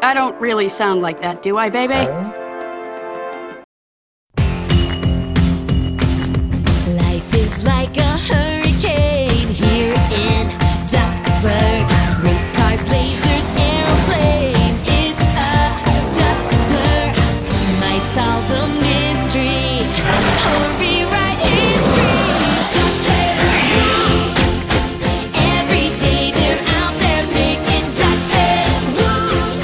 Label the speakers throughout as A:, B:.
A: I don't really sound like that, do I, baby?
B: Life is like a hurricane here in Duckburg. Race cars, lasers, airplanes. It's a Duckburg. Might solve the mystery or rewrite history. DuckTales woo! Every day they're out there making DuckTales woo!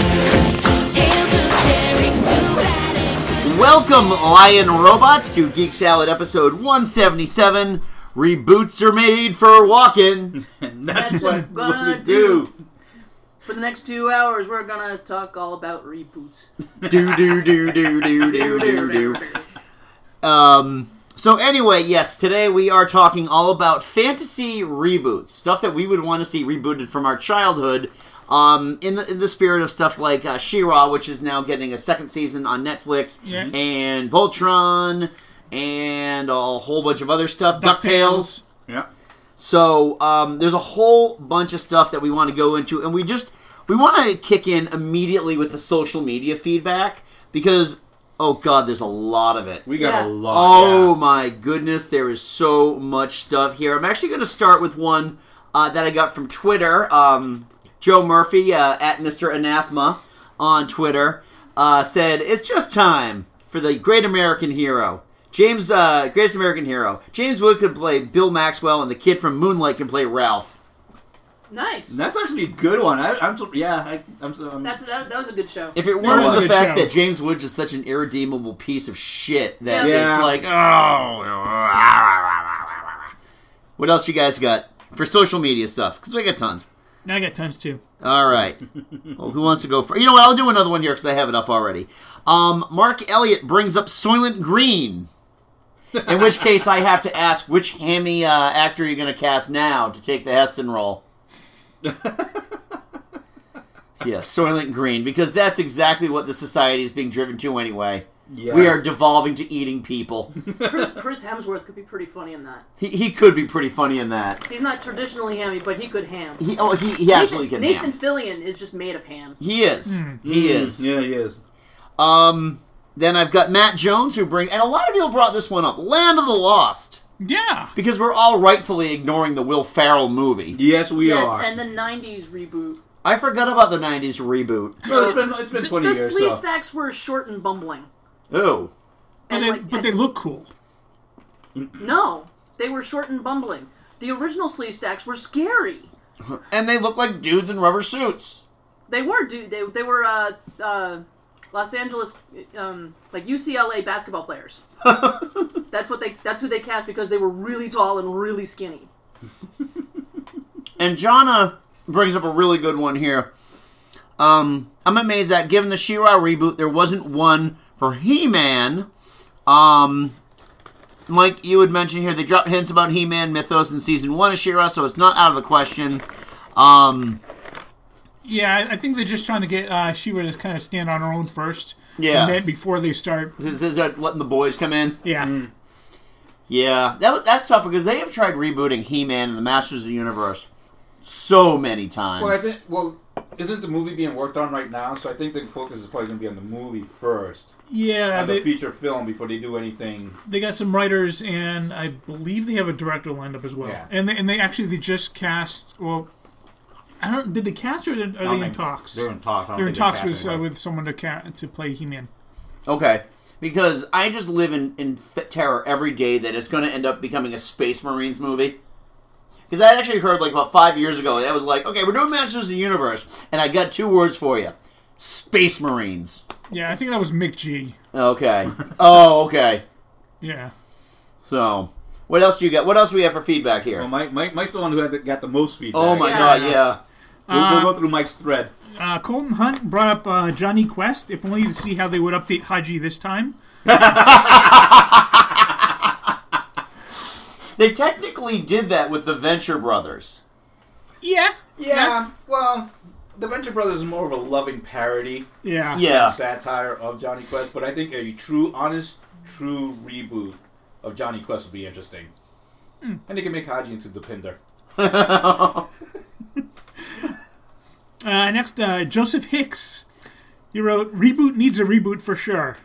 B: Tales of daring, do bad and good.
C: Welcome, Lion Robots, to Geek Salad episode 177. Reboots are made for walking.
D: And that's,
E: That's
D: what
E: what
D: we're
E: gonna
D: gonna do.
E: For the next two hours, we're gonna talk all about reboots.
C: do do do do do do do do. Um. So anyway, yes, today we are talking all about fantasy reboots, stuff that we would want to see rebooted from our childhood. Um, in the, in the spirit of stuff like uh, She-Ra, which is now getting a second season on Netflix,
F: Yeah.
C: and Voltron, and a whole bunch of other stuff, DuckTales.
D: Yeah.
C: So um, there's a whole bunch of stuff that we want to go into, and we just we want to kick in immediately with the social media feedback because oh god, there's a lot of it.
D: We got
E: Yeah.
D: a lot.
C: Oh
D: yeah.
C: my goodness, there is so much stuff here. I'm actually going to start with one uh, that I got from Twitter. Um, Joe Murphy uh, at Mr. Anathema on Twitter uh, said, "It's just time for the great American hero." James, uh, greatest American hero. James Wood can play Bill Maxwell, and the kid from Moonlight can play Ralph.
E: Nice.
D: That's actually a good one. I, I'm so, yeah. I, I'm so. I'm,
E: That's that, that was a good show.
C: If it weren't
D: was
C: for
D: a
C: the
F: good
C: fact
F: show.
C: that James Woods is such an irredeemable piece of shit, that
E: Yeah.
C: it's
D: Yeah.
C: like, oh. What else you guys got for social media stuff? Because we got tons.
F: Now I got tons too.
C: All right. Well, who wants to go first? You know what? I'll do another one here because I have it up already. Um, Mark Elliott brings up Soylent Green. In which case, I have to ask which hammy uh, actor you're going to cast now to take the Heston role. yeah, Soylent Green, because that's exactly what the society is being driven to anyway.
D: Yes.
C: We are devolving to eating people.
E: Chris, Chris Hemsworth could be pretty funny in that.
C: he, he could be pretty funny in that.
E: He's not traditionally hammy, but he could ham.
C: He, oh, he, he absolutely
E: Nathan,
C: can.
E: Nathan Hmm.
C: ham.
E: Fillion is just made of ham.
C: He is. He is.
D: Yeah, he is.
C: Um, then I've got Matt Jones who bring, and a lot of people brought this one up, Land of the Lost,
F: Yeah.
C: because we're all rightfully ignoring the Will Ferrell movie.
D: Yes, we
E: yes,
D: are.
E: and the '90s reboot.
C: I forgot about the '90s reboot.
D: Well, it's been, it's been 20
E: the
D: years.
E: sleeve
D: So.
E: stacks were short and bumbling.
C: Oh,
F: But
E: And
F: they,
E: like-
F: but they look cool.
E: No, they were short and bumbling. The original sleeve stacks were scary.
C: and they look like dudes in rubber suits.
E: They were dude. They they were uh, uh, Los Angeles um, like UCLA basketball players. that's what they. That's who they cast because they were really tall and really skinny.
C: And Jonna brings up a really good one here. Um, I'm amazed that given the She-Ra reboot, there wasn't one for He-Man. Um, like you had mentioned here, they dropped hints about He-Man mythos in season one of She-Ra, so it's not out of the question. Um,
F: Yeah, I- I think they're just trying to get uh, Shira to kind of stand on her own first.
C: Yeah.
F: And then before they start.
C: Is, is that letting the boys come in?
F: Yeah.
D: Mm.
C: Yeah, that, that's tough because they have tried rebooting He-Man and the Masters of the Universe so many times.
D: Well, I think. Well, isn't the movie being worked on right now? So I think the focus is probably going to be on the movie first,
F: Yeah.
D: on the
F: They,
D: feature film before they do anything.
F: they got some writers, and I believe they have a director lined up as well.
D: Yeah.
F: And they, and they actually they just cast. Well, I don't. Did they cast or are they
D: I don't
F: in
D: think-
F: talks?
D: They're in talks. I don't
F: They're in
D: think
F: talks
D: cast
F: with uh,
D: anybody.
F: with someone to ca- to play He Man.
C: okay, because I just live in, in f- terror every day that it's going to end up becoming a Space Marines movie. Because I had actually heard like about five years ago, that was like, okay, we're doing Masters of the Universe, and I got two words for you: Space Marines.
F: Yeah, I think that was Mick G.
C: Okay. oh, okay.
F: Yeah.
C: So, what else do you got? What else do we have for feedback here?
D: Well, Mike, Mike, Mike's the one who had the, got the most feedback.
C: oh my
E: Yeah.
C: God! Yeah.
D: We'll,
F: Uh-huh.
D: we'll go through Mike's thread.
F: Uh, Colton Hunt brought up uh, Johnny Quest, if only to see how they would update Haji this time.
C: They technically did that with the Venture Brothers.
F: Yeah.
D: Yeah. Well, the Venture Brothers is more of a loving parody.
F: Yeah.
C: Yeah.
D: satire of Johnny Quest, but I think a true, honest, true reboot of Johnny Quest would be interesting.
F: Hmm.
D: And they can make Haji into Depinder.
F: Uh, next, uh, Joseph Hicks. He wrote, "Reboot needs a reboot for sure."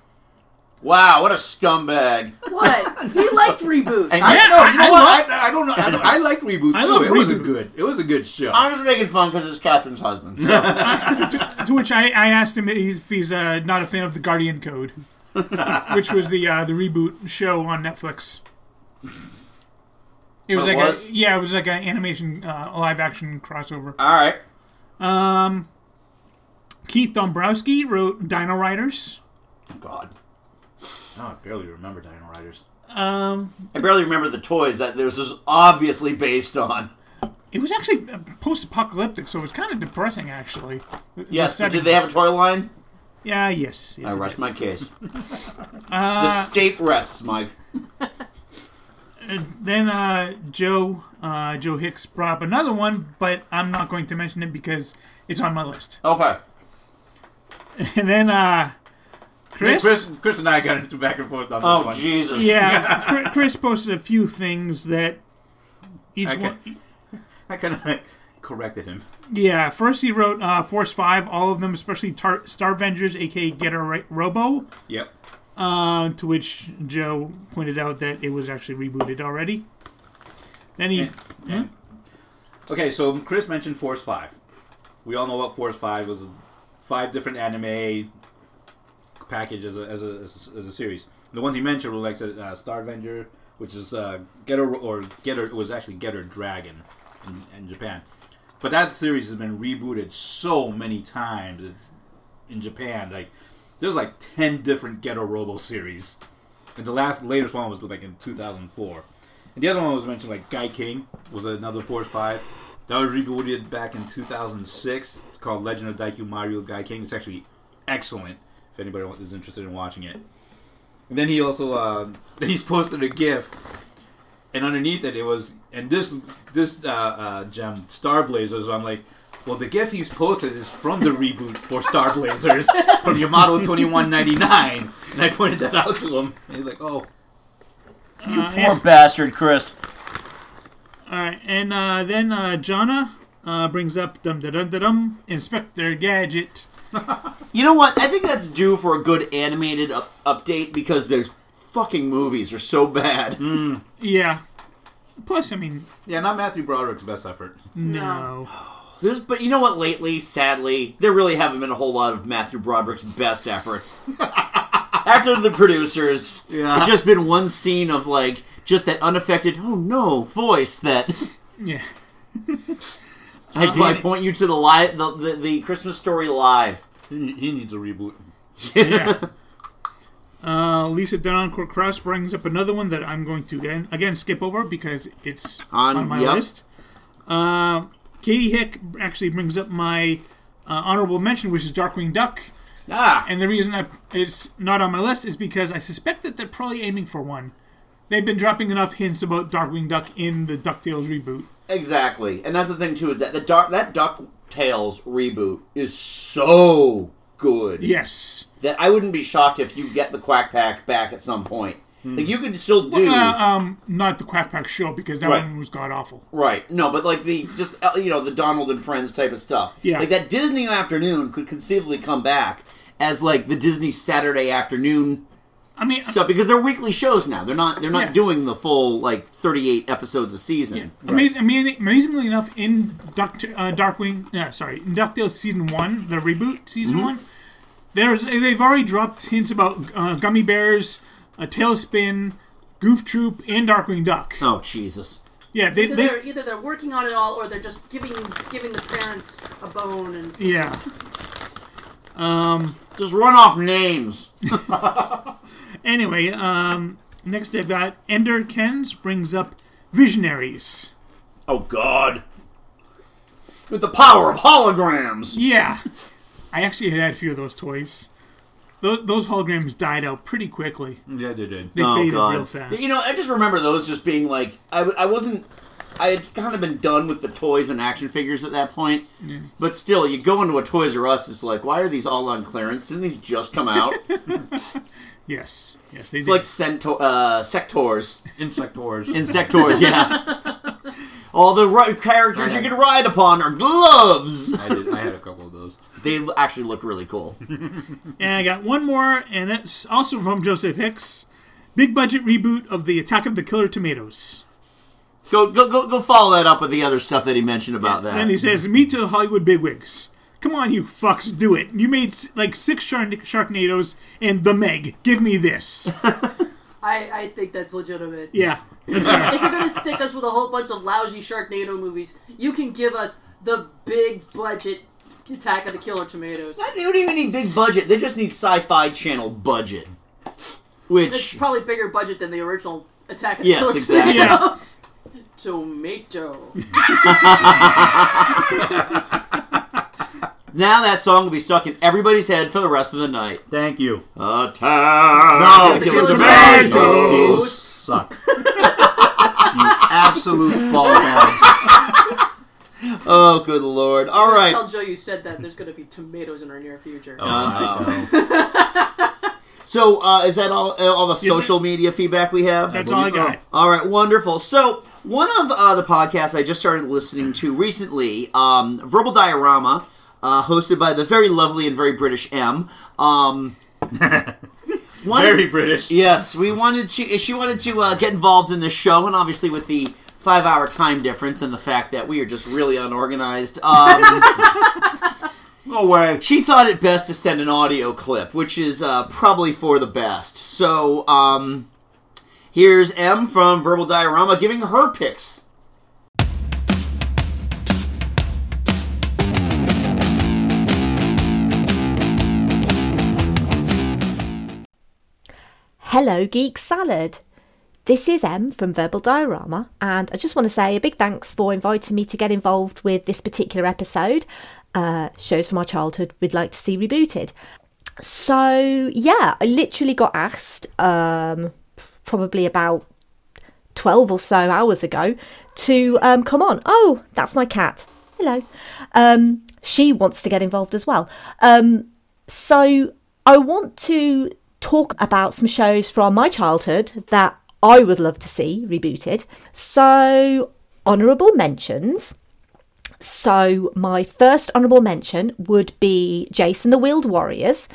C: Wow, what a scumbag!
E: What? He liked reboot.
C: And
D: I
C: yeah,
D: don't know.
F: I-
D: You know
F: I
D: what? I, I don't know. I, don't- I liked reboot too.
F: I love
D: it was a
F: Reboot.
D: good. It was a good show.
C: I was making fun because it's Catherine's husband. So.
F: To which I, I asked him if he's uh, not a fan of the Guardian Code, which was the uh, the reboot show on Netflix. It was
C: It
F: like
C: was?
F: a yeah, it was like an animation, uh, live action crossover.
C: All right.
F: Keith Dombrowski wrote Dino Riders.
C: God,
D: Oh, I barely remember Dino Riders.
C: I barely remember the toys that this was obviously based on.
F: It was actually post apocalyptic, so it was kind of depressing actually. The- the
C: Yes.
F: setting.
C: Did they have a toy line?
F: Yeah, yes. yes
C: I
F: it
C: rest my case. the state rests, Mike.
F: Then uh, Joe uh, Joe Hicks brought up another one, but I'm not going to mention it because it's on my list.
C: Okay.
F: And then uh, Chris,
D: Chris, Chris and I got into back and forth on this
C: Oh
D: one.
C: Jesus.
F: yeah, Chri- Chris posted a few things that each
D: Okay.
F: one.
D: I kind of corrected him.
F: Yeah, first he wrote uh, Force Five, all of them, especially Tar- Star Avengers, aka Getter Ri- Robo,
D: Yep.
F: uh, to which Joe pointed out that it was actually rebooted already. Then he,
D: Okay, so Chris mentioned Force Five. We all know what Force Five was. Five different anime package as a, as a, as a, as a series. The ones he mentioned were like uh, Star Avenger, which is uh, Getter or Getter it was actually Getter Dragon in, in Japan. But that series has been rebooted so many times. It's in Japan like there's like ten different Getter Robo series, and the last latest one was like in 2004. And the other one was mentioned like Guy King was another Force Five. That was rebooted back in 2006. It's called Legend of Daikyu Mario Guy King. It's actually excellent if anybody is interested in watching it. And then he also uh, then he's posted a GIF, and underneath it it was and this this uh, uh, gem Star Blazers. I'm like, well, the GIF he's posted is from the reboot for Star Blazers from Yamato 2199, and I pointed that out to him. And he's like, oh,
C: Poor bastard, Chris.
F: all right, and uh, then uh, Jonna uh, brings up dum dum dum dum Inspector Gadget.
C: You know what? I think that's due for a good animated up- update because there's fucking movies are so bad.
F: Yeah. Plus, I mean,
D: yeah, not Matthew Broderick's best effort.
F: no.
C: There's, but you know what? Lately, sadly, there really haven't been a whole lot of Matthew Broderick's best efforts. After the producers,
D: Yeah.
C: it's just been one scene of like just that unaffected "oh no" voice that
F: Yeah.
C: I, I point you to the live the, the, the Christmas story live.
D: He, he needs a reboot.
F: Yeah. Uh, Lisa Denoncourt Cross brings up another one that I'm going to again, again skip over because it's
C: On-
F: on, my
C: yep.
F: list. Uh, Katie Hick actually brings up my uh, honorable mention, which is Darkwing Duck.
C: Ah,
F: And the reason I, it's not on my list is because I suspect that they're probably aiming for one. They've been dropping enough hints about Darkwing Duck in the DuckTales reboot.
C: Exactly, and that's the thing too is that the dark that Ducktales reboot is so good
F: Yes.
C: that I wouldn't be shocked if you get the Quack Pack back at some point. Like you could still do
F: Uh, um, not the Quack Pack show because that
C: Right.
F: one was god awful.
C: right, no, but like the just uh, you know the Donald and Friends type of stuff.
F: Yeah.
C: like that Disney afternoon could conceivably come back as like the Disney Saturday afternoon
F: I mean, uh,
C: stuff because they're weekly shows now. They're not they're not
F: Yeah.
C: doing the full like thirty eight episodes a season.
F: Amaz- amazing, amazingly enough, in Duck, uh, Darkwing, uh, sorry, in DuckTales season one, the reboot season one, there's they've already dropped hints about uh, gummy bears, a tailspin, Goof Troop, and Darkwing Duck.
C: Oh Jesus.
F: Yeah, they,
E: Either
F: they,
E: they're, either they're working on it all, or they're just giving giving the parents a bone and s-
F: yeah.
C: Just run off names.
F: Anyway, um, next I've got Ender Kens brings up Visionaries.
C: Oh God! With the power of holograms.
F: Yeah, I actually had a few of those toys. Those, those holograms died out pretty quickly.
D: Yeah, they did.
F: They
C: Oh
F: faded
C: God!
F: real fast.
C: You know, I just remember those just being like I, I wasn't. I had kind of been done with the toys and action figures at that point. But still, you go into a Toys R Us, it's like, why are these all on clearance? Didn't these just come out? it's
F: yes, yes, they did.
C: like Cento- uh, Sectors.
D: Insectors.
C: Insectors, yeah. all the ri- characters you can ride upon are gloves.
D: I, did, I had a couple of those.
C: They l- actually look really cool.
F: And I got one more, and that's also from Joseph Hicks. Big budget reboot of the Attack of the Killer Tomatoes.
C: go go go go follow that up with the other stuff that he mentioned about that.
F: And he says, "Meet the Hollywood bigwigs. Come on, you fucks, do it. You made s- like six shark- Sharknadoes and the Meg. Give me this.
E: I, I think that's legitimate.
F: Yeah, that's all
E: If you're gonna stick us with a whole bunch of lousy Sharknado movies, you can give us the big budget Attack of the Killer Tomatoes.
C: They don't even need big budget. They just need Sci-Fi Channel budget,
E: It's
C: which
E: probably bigger budget than the original Attack of the
C: Yes,
E: Killer
C: exactly.
F: Yeah.
E: Tomatoes. Tomato.
C: now that song will be stuck in everybody's head for the rest of the night.
D: Thank you.
C: Attack
E: the Killer
C: Tomatoes.
D: You
E: Tomatoes.
D: suck. you absolute balls.
C: Oh, good lord! All right,
E: Tell Joe you said that. There's gonna be tomatoes in our near future.
D: Oh, I know.
C: So, uh, is that all? All the social media feedback we have?
F: That's all I got.
C: All right, wonderful. So, one of uh, the podcasts I just started listening to recently, um, Verbal Diorama, uh, hosted by the very lovely and very British M. Um, wanted
D: Very
C: to-
D: British.
C: Yes, we wanted to. She wanted to uh, get involved in this show, and obviously with the five-hour time difference and the fact that we are just really unorganized. Um,
D: No way.
C: she thought it best to send an audio clip, which is uh, probably for the best. So, um, here's M from Verbal Diorama giving her picks.
G: Hello, Geek Salad. This is Em from Verbal Diorama, and I just want to say a big thanks for inviting me to get involved with this particular episode. Uh, shows from our childhood we'd like to see rebooted. So, yeah, I literally got asked um, probably about 12 or so hours ago to um, come on. Oh, that's my cat. Hello. Um, she wants to get involved as well. Um, so I want to talk about some shows from my childhood that I would love to see rebooted. So, honourable mentions. So, my first honourable mention would be Jason the Wild Warriors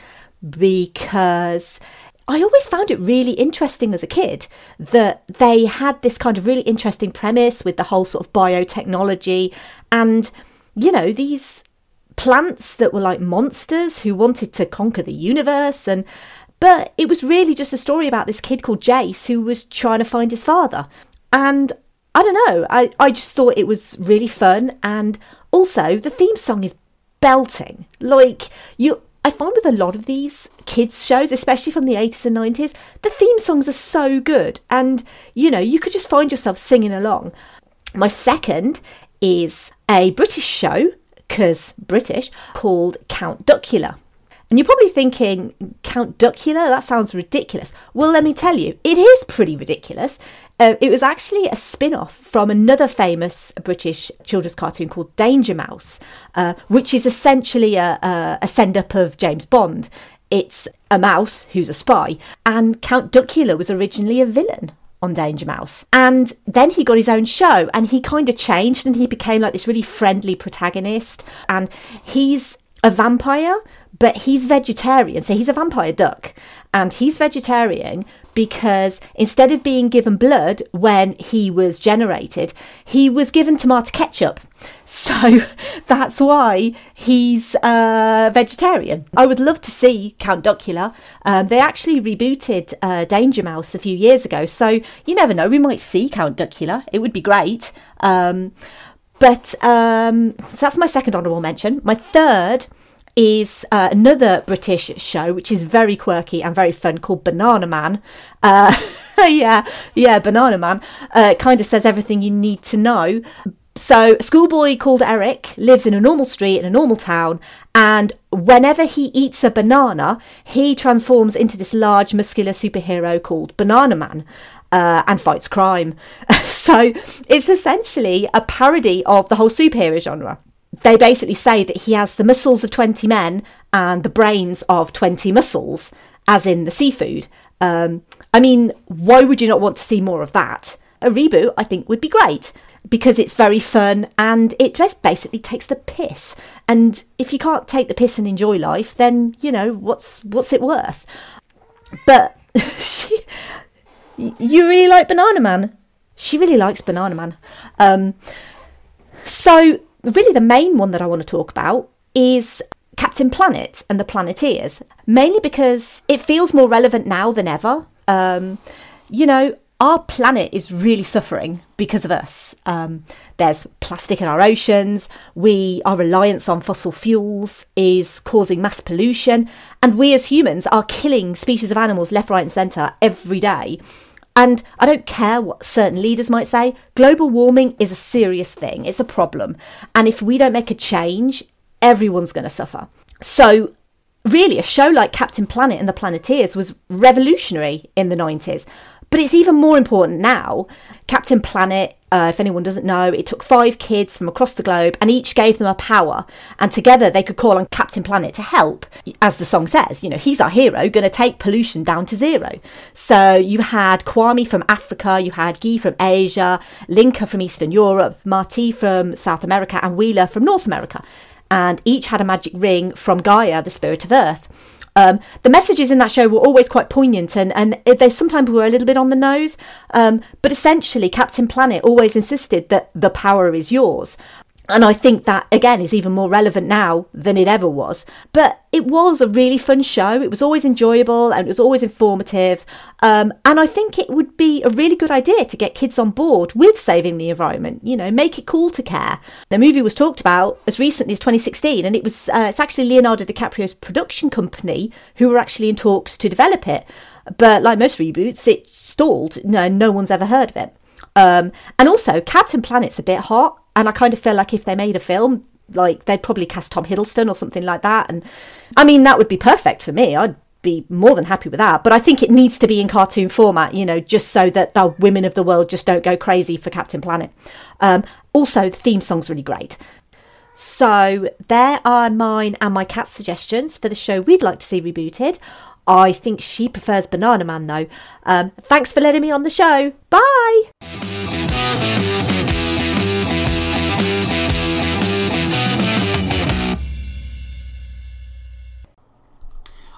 G: because I always found it really interesting as a kid that they had this kind of really interesting premise with the whole sort of biotechnology and, you know, these plants that were like monsters who wanted to conquer the universe and but it was really just a story about this kid called Jace who was trying to find his father. And I don't know, I, I just thought it was really fun and also the theme song is belting. Like you I find with a lot of these kids shows, especially from the 80s and 90s, the theme songs are so good and you know, you could just find yourself singing along. My second is a British show, because British, called Count Duckula. And you're probably thinking, Count Duckula? That sounds ridiculous. Well, let me tell you, it is pretty ridiculous. Uh, it was actually a spin off from another famous British children's cartoon called Danger Mouse, uh, which is essentially a, a, a send up of James Bond. It's a mouse who's a spy, and Count Duckula was originally a villain on Danger Mouse. And then he got his own show and he kind of changed and he became like this really friendly protagonist. And he's a vampire, but he's vegetarian. So he's a vampire duck. And he's vegetarian because instead of being given blood when he was generated, he was given tomato ketchup. So that's why he's uh, vegetarian. I would love to see Count Duckula. Um, they actually rebooted uh, Danger Mouse a few years ago, so you never know. We might see Count Duckula. It would be great. Um, but um, so that's my second honourable mention. My third is uh, another British show, which is very quirky and very fun, called Banana Man. Uh, yeah, yeah, Banana Man. Uh, it kind of says everything you need to know. So, a schoolboy called Eric lives in a normal street in a normal town, and whenever he eats a banana, he transforms into this large, muscular superhero called Banana Man uh, and fights crime. so, it's essentially a parody of the whole superhero genre they basically say that he has the muscles of 20 men and the brains of 20 mussels, as in the seafood. Um, I mean, why would you not want to see more of that? a reboot, I think, would be great because it's very fun and it just basically takes the piss. And if you can't take the piss and enjoy life, then you know what's what's it worth. But she, you really like Banana Man. She really likes Banana Man. Um, so really, the main one that I want to talk about is Captain Planet and the Planeteers, mainly because it feels more relevant now than ever. Um, you know, our planet is really suffering because of us. Um, there's plastic in our oceans. We our reliance on fossil fuels is causing mass pollution, and we as humans are killing species of animals left, right, and centre every day. And I don't care what certain leaders might say, global warming is a serious thing. It's a problem. And if we don't make a change, everyone's going to suffer. So, really, a show like Captain Planet and the Planeteers was revolutionary in the 90s. But it's even more important now. Captain Planet, uh, if anyone doesn't know, it took five kids from across the globe and each gave them a power. And together they could call on Captain Planet to help. As the song says, you know, he's our hero, going to take pollution down to zero. So you had Kwame from Africa, you had Guy from Asia, Linka from Eastern Europe, Marty from South America, and Wheeler from North America and each had a magic ring from Gaia, the spirit of Earth. Um, the messages in that show were always quite poignant and, and they sometimes were a little bit on the nose. Um, but essentially, Captain Planet always insisted that the power is yours. And I think that, again, is even more relevant now than it ever was. But it was a really fun show. It was always enjoyable and it was always informative. Um, and I think it would be a really good idea to get kids on board with saving the environment, you know, make it cool to care. The movie was talked about as recently as 2016, and it was uh, it's actually Leonardo DiCaprio's production company who were actually in talks to develop it. But like most reboots, it stalled. No, no one's ever heard of it. Um, and also, Captain Planet's a bit hot, and I kind of feel like if they made a film, like they'd probably cast Tom Hiddleston or something like that. And I mean, that would be perfect for me. I'd be more than happy with that. But I think it needs to be in cartoon format, you know, just so that the women of the world just don't go crazy for Captain Planet. Um, also, the theme song's really great. So there are mine and my cat's suggestions for the show we'd like to see rebooted. I think she prefers Banana Man though. Um, thanks for letting me on the show. Bye.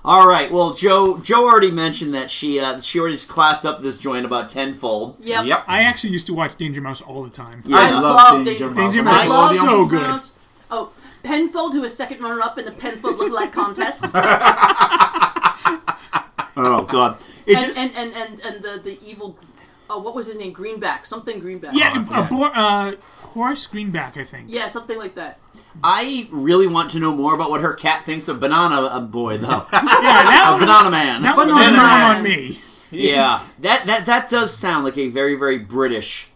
C: All right. Well, Joe Joe already mentioned that she uh, she already classed up this joint about tenfold.
E: Yep.
D: Yep.
F: I actually used to watch Danger Mouse all the time.
C: Yeah.
E: I,
C: I
E: love,
D: love
E: Danger
D: Danger
E: Mouse.
F: Danger
E: I
F: Mouse
E: love
F: is so
E: Danger
F: good.
E: Mouse. Oh, Penfold, who is second runner-up in the Penfold lookalike contest,
C: Oh God. It's
E: and,
C: just,
E: and, and, and, and the, the evil, oh, what was his name? Greenback, something Greenback.
C: Oh,
F: Yeah, a, a boar, uh, horse greenback, I think.
E: Yeah, something like that.
C: I really want to know more about what her cat thinks of Banana uh, Boy, though.
F: Yeah, that
C: of
F: one,
C: Banana Man.
F: that one was
E: Banana
F: wrong
E: Man.
F: on me.
C: yeah, that, that that does sound like a very very British.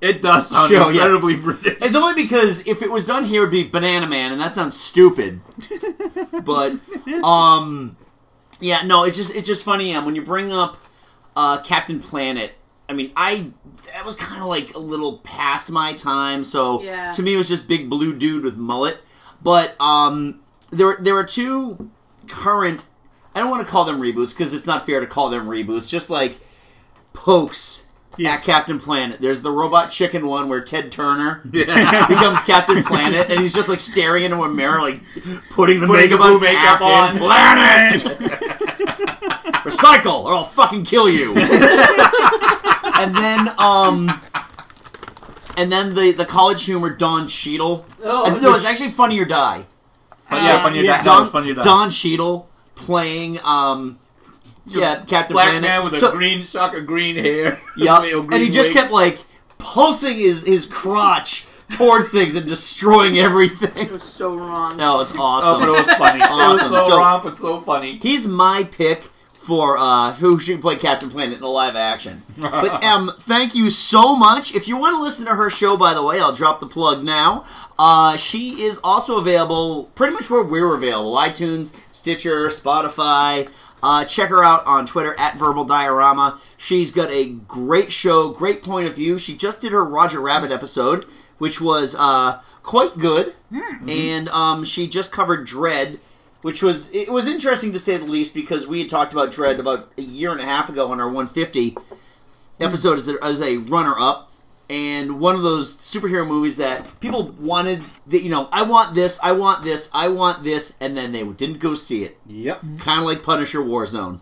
D: It does sound
C: Show, yeah.
D: incredibly British.
C: It's only because if it was done here, it'd be Banana Man, and that sounds stupid. but um, yeah, no, it's just it's just funny. And when you bring up uh, Captain Planet, I mean, I that was kind of like a little past my time. So
E: Yeah.
C: to me, it was just big blue dude with mullet. But um, there there are two current. I don't want to call them reboots because it's not fair to call them reboots. Just like pokes at Captain Planet. There's the robot chicken one where Ted Turner becomes Captain Planet, and he's just like staring into a mirror, like putting the
D: Putting the
C: makeup,
D: blue
C: on,
D: makeup
C: Captain
D: on.
C: Planet. Recycle, or I'll fucking kill you. and then, um, and then the the college humor Don Cheadle.
E: Oh.
C: and, no, it's actually Funny or Die.
D: Fun- yeah, funny
F: yeah.
D: yeah.
C: Don,
D: funny to die.
C: Don Cheadle playing um, yeah, Captain
D: black
C: Planet.
D: man with a
C: So-
D: green shock of green hair.
C: yeah,
D: Little
C: and he
D: green
C: just
D: wig.
C: kept like pulsing his his crotch towards things and destroying everything.
E: It was so wrong.
C: That was
D: Oh, but
C: awesome.
D: it was funny.
C: Awesome.
D: It was so,
C: So-
D: romp. It's so funny.
C: He's my pick for uh, who should play Captain Planet in a live action. But Em, thank you so much. If you want to listen to her show, by the way, I'll drop the plug now. Uh, she is also available pretty much where we're available: iTunes, Stitcher, Spotify. Uh, check her out on Twitter at Verbal Diorama. She's got a great show, great point of view. She just did her Roger Rabbit episode, which was uh, quite good, and um, she just covered Dread, which was it was interesting to say the least because we had talked about Dread about a year and a half ago on our 150, episode as a, as a runner up and one of those superhero movies that people wanted that you know I want this I want this I want this and then they didn't go see it
D: Yep.
C: kind of like Punisher Warzone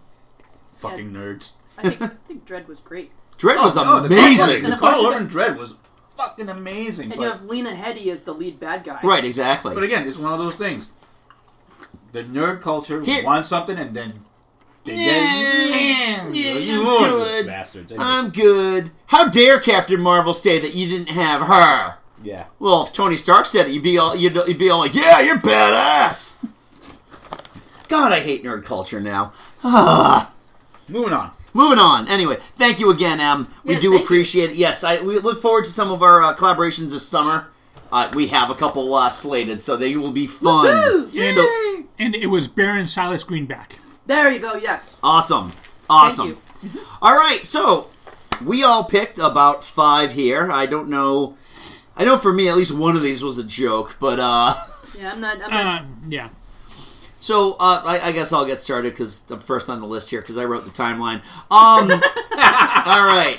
D: Fucking nerds.
E: I think, I think Dread was great.
C: Dread was
D: Oh, the-
C: amazing
D: The
E: of course
D: Carl
E: you
D: Urban
E: got-
D: Dread was fucking amazing.
E: And
D: but-
E: you have Lena Headey as the lead bad guy.
C: right exactly
D: But again, it's one of those things. The nerd culture
C: Here-
D: wants something and then they
C: Yeah,
D: get
C: yeah,
D: you
C: I'm
D: ruined
C: good. Um,
D: it, bastards. Anyway,
C: I'm good how dare Captain Marvel say that you didn't have her
D: yeah.
C: well if Tony Stark said it you'd be all you'd, you'd be all like yeah you're badass God I hate nerd culture now
D: Moving on.
C: Moving on. Anyway, thank you again, Em. We
E: Yes,
C: do
E: thank you.
C: appreciate it. Yes, I, we look forward to some of our uh, collaborations this summer. Uh, we have a couple uh, slated, so they will be fun.
F: And,
C: So-
F: and it was Baron Silas Greenback.
E: There you go. Yes.
C: Awesome. Awesome.
E: Thank
C: All right, so we all picked about five here. I don't know. I know for me, at least one of these was a joke, but uh,
E: you. Yeah, I'm not. I'm not
F: Uh, yeah.
C: so uh, I, I guess I'll get started because I'm first on the list here because I wrote the timeline. Um, all right.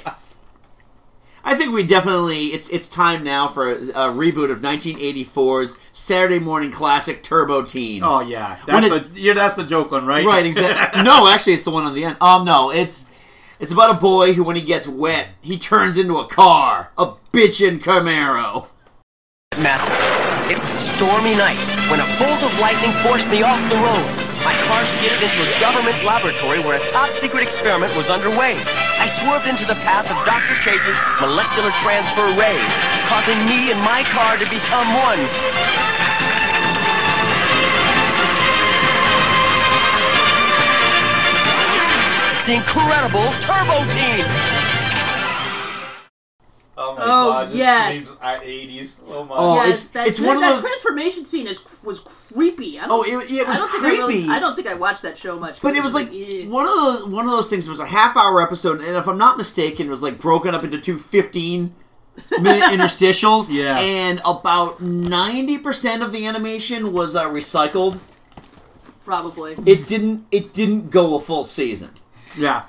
C: I think we definitely it's it's time now for a, a reboot of 1984's Saturday morning classic Turbo Teen.
D: Oh yeah,
C: When
D: that's
C: it-
D: the yeah, that's the joke one, right?
C: Right, exactly. no, actually, it's the one on the end. Um, no, it's it's about a boy who, when he gets wet, he turns into a car, a bitchin' Camaro.
H: Metal. It was a stormy night when a bolt of lightning forced me off the road. My car skidded into a government laboratory where a top secret experiment was underway. I swerved into the path of Dr. Chase's molecular transfer ray, causing me and my car to become one. The incredible Turbo Team!
D: Oh my
E: Oh,
D: god, this
E: yes.
D: screams our eighties. Oh my.
C: Oh,
E: yes,
C: it's-
E: that,
C: it's one of
E: that
C: those-
E: transformation scene is was creepy. I don't,
C: Oh, it, it
E: I
C: was
E: don't
C: creepy.
E: Think I, really, I don't think I watched that show much.
C: But it was like
E: eh.
C: one of those one of those things. It was a half hour episode, and if I'm not mistaken, it was like broken up into two 15 minute interstitials.
D: Yeah.
C: and about ninety percent of the animation was uh, recycled.
E: probably.
C: It didn't it didn't go a full season.
D: Yeah.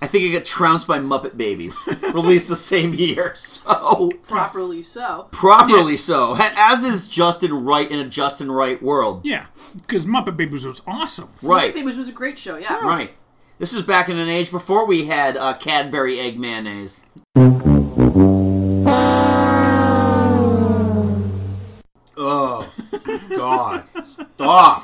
C: I think it got trounced by Muppet Babies, released the same year. So
E: Properly so.
C: properly so, Ha- as is Justin Wright in a Justin Wright world.
F: Yeah. Because Muppet Babies was awesome.
C: Right,
E: It was, was a great show. Yeah.
C: right. This was back in an age before we had uh, Cadbury egg mayonnaise.
D: Oh god. Stop.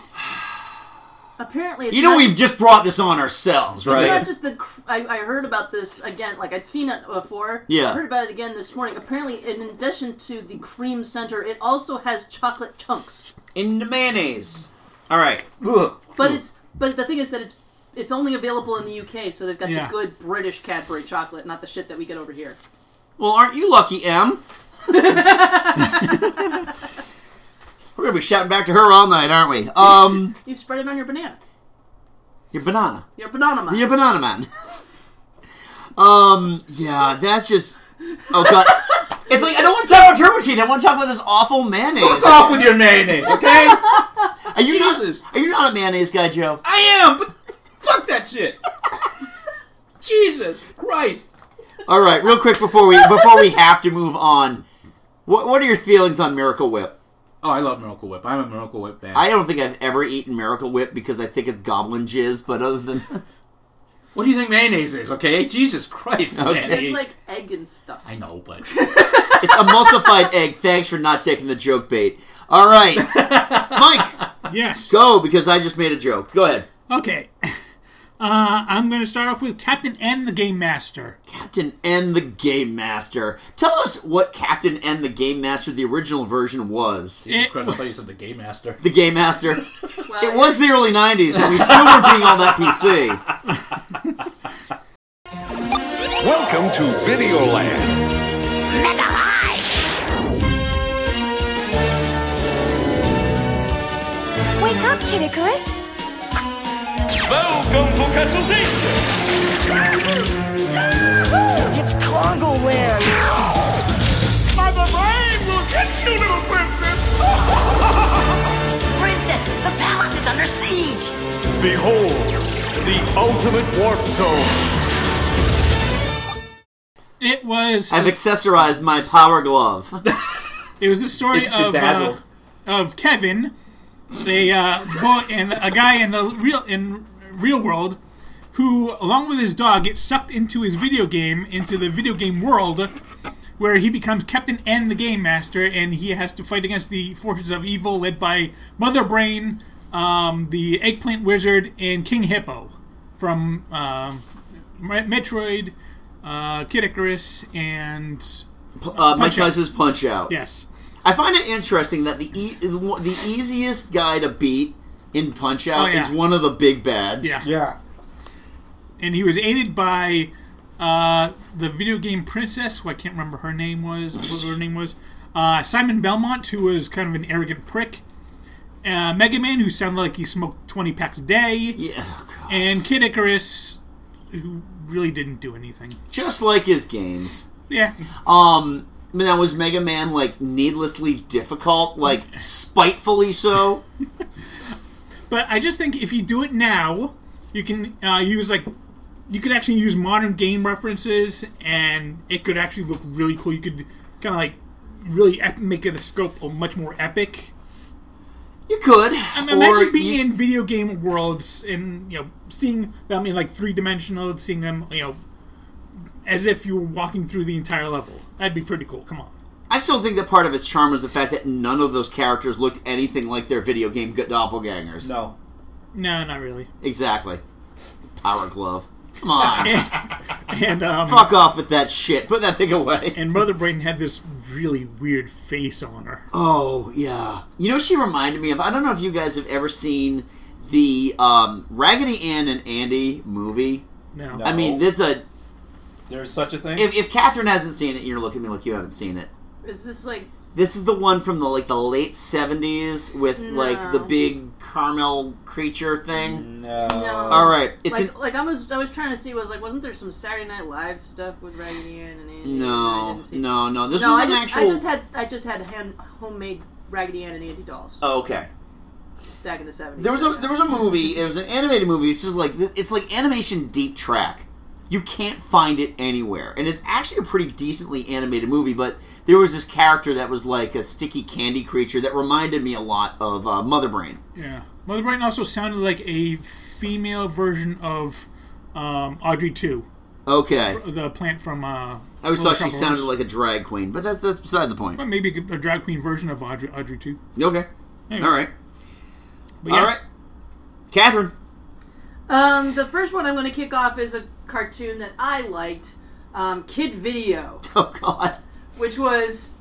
E: Apparently, it's
C: You know,
E: not-
C: we've just brought this on ourselves,
E: It's
C: right?
E: not just the. cr- I, I heard about this again. Like I'd seen it before.
C: Yeah.
E: I heard about it again this morning. Apparently, in addition to the cream center, it also has chocolate chunks.
C: In the mayonnaise. All right.
D: Ugh.
E: But it's. But the thing is that it's. It's only available in the UK, so they've got
F: Yeah.
E: the good British Cadbury chocolate, not the shit that we get over here.
C: Well, aren't you lucky, Em? We're gonna be shouting back to her all night, aren't we? Um,
E: You spread it on your banana.
C: your banana,
E: Your banana. man.
C: your banana man. um, yeah, that's just. Oh god, it's like I don't want to talk about turbo Teen, I want to talk about this awful mayonnaise.
D: Off with your mayonnaise, okay?
C: Are you
D: Jesus.
C: not? Are you not a mayonnaise guy, Joe?
D: I am, but fuck that shit. Jesus Christ.
C: All right, real quick before we before we have to move on, what what are your feelings on Miracle Whip?
D: Oh, I love Miracle Whip. I'm a Miracle Whip fan.
C: I don't think I've ever eaten Miracle Whip because I think it's goblin jizz, but other than
D: what do you think mayonnaise is? Okay, Jesus Christ.
C: Okay.
D: man.
E: It's like egg and stuff.
D: I know, but
C: it's emulsified egg. Thanks for not taking the joke bait. All right. Mike,
F: Yes.
C: go because I just made a joke. Go ahead.
F: Okay. Uh, I'm going to start off with Captain and the Game Master.
C: Captain and the Game Master. Tell us what Captain and the Game Master, the original version, was.
D: Jesus Christ, I thought you said the Game Master.
C: The Game Master.
E: Well,
C: It was the early 90s, and we still weren't being all that PC.
I: Welcome to Videoland.
B: Wake up, Kid Icarus.
I: Welcome to Castlevania.
H: It's Congo Land!
I: Mother Brain will get you, little princess.
B: Princess, the palace is under siege.
I: Behold, the ultimate warp zone.
F: It was
C: I've accessorized my power glove.
F: it was the story
D: It's
F: of uh,
D: bedazzled.
F: of Kevin, a uh, boy and a guy in the real in real world, who along with his dog gets sucked into his video game into the video game world, where he becomes captain and the game master, and he has to fight against the forces of evil led by Mother Brain, um, the Eggplant Wizard, and King Hippo from um, Me- Metroid, uh, Kid Icarus, and
C: Uh, Mike
F: Punch Out.
C: Tyson's Punch Out.
F: yes.
C: I find it interesting that the e- the easiest guy to beat in Punch Out
F: Oh, yeah.
C: is one of the big bads.
F: Yeah.
D: Yeah.
F: and he was aided by uh, the video game princess, who I can't remember her name was, what her name was, uh, Simon Belmont, who was kind of an arrogant prick, uh, Mega Man, who sounded like he smoked 20 packs a day,
C: Yeah, oh, God.
F: and Kid Icarus, who really didn't do anything.
C: Just like his games.
F: Yeah,
C: Um, I mean, that was Mega Man like needlessly difficult, like spitefully so.
F: but I just think if you do it now, you can uh, use like. You could actually use modern game references, and it could actually look really cool. You could kind of like really ep- make it a scope of much more epic.
C: You could.
F: I
C: or
F: mean, imagine being
C: you-
F: in video game worlds and you know seeing them in like three dimensional, seeing them you know as if you were walking through the entire level. That'd be pretty cool. Come on,
C: I still think that part of its charm was the fact that none of those characters looked anything like their video game go- doppelgangers.
D: No.
F: no, not really.
C: Exactly. Power glove. Come on.
F: And um,
C: Fuck off with that shit. Put that thing away.
F: and Mother Brain had this really weird face on her.
C: Oh yeah. You know what she reminded me of? I don't know if you guys have ever seen the um, Raggedy Ann and Andy movie.
F: No,
C: I mean, it's a
D: There's such a thing.
C: if, if Catherine hasn't seen it, you're looking at me like you haven't seen it.
E: Is this like
C: This is the one from the like the late seventies with like the big caramel creature thing.
D: no.
E: no?
C: All right, it's
E: like,
C: an,
E: like I was, I was trying to see was like, wasn't there some Saturday Night Live stuff with Raggedy Ann and Andy? I
C: no,
E: didn't see-
C: no, no. This
E: no,
C: was
E: I
C: an
E: just,
C: actual.
E: I just had, I just had hand, homemade Raggedy Ann and Andy dolls
C: oh, okay.
E: back in the seventies.
C: There was a there was a movie. It was an animated movie. It's just like it's like animation deep track. You can't find it anywhere, and it's actually a pretty decently animated movie. But there was this character that was like a sticky candy creature that reminded me a lot of uh, Mother Brain.
F: yeah. Mother Brain also sounded like a female version of um, Audrey Two,
C: Okay,
F: the plant from. Uh,
C: I always thought she sounded
F: Trouble in
C: like a drag queen, but that's that's beside the point.
F: Little Shop. maybe a drag queen version of Audrey Audrey Two.
C: Okay, all right,
F: But yeah.
C: all right, Catherine.
E: Um, the first one I'm going to kick off is a cartoon that I liked, um, Kid Video,
C: Oh God.
E: which was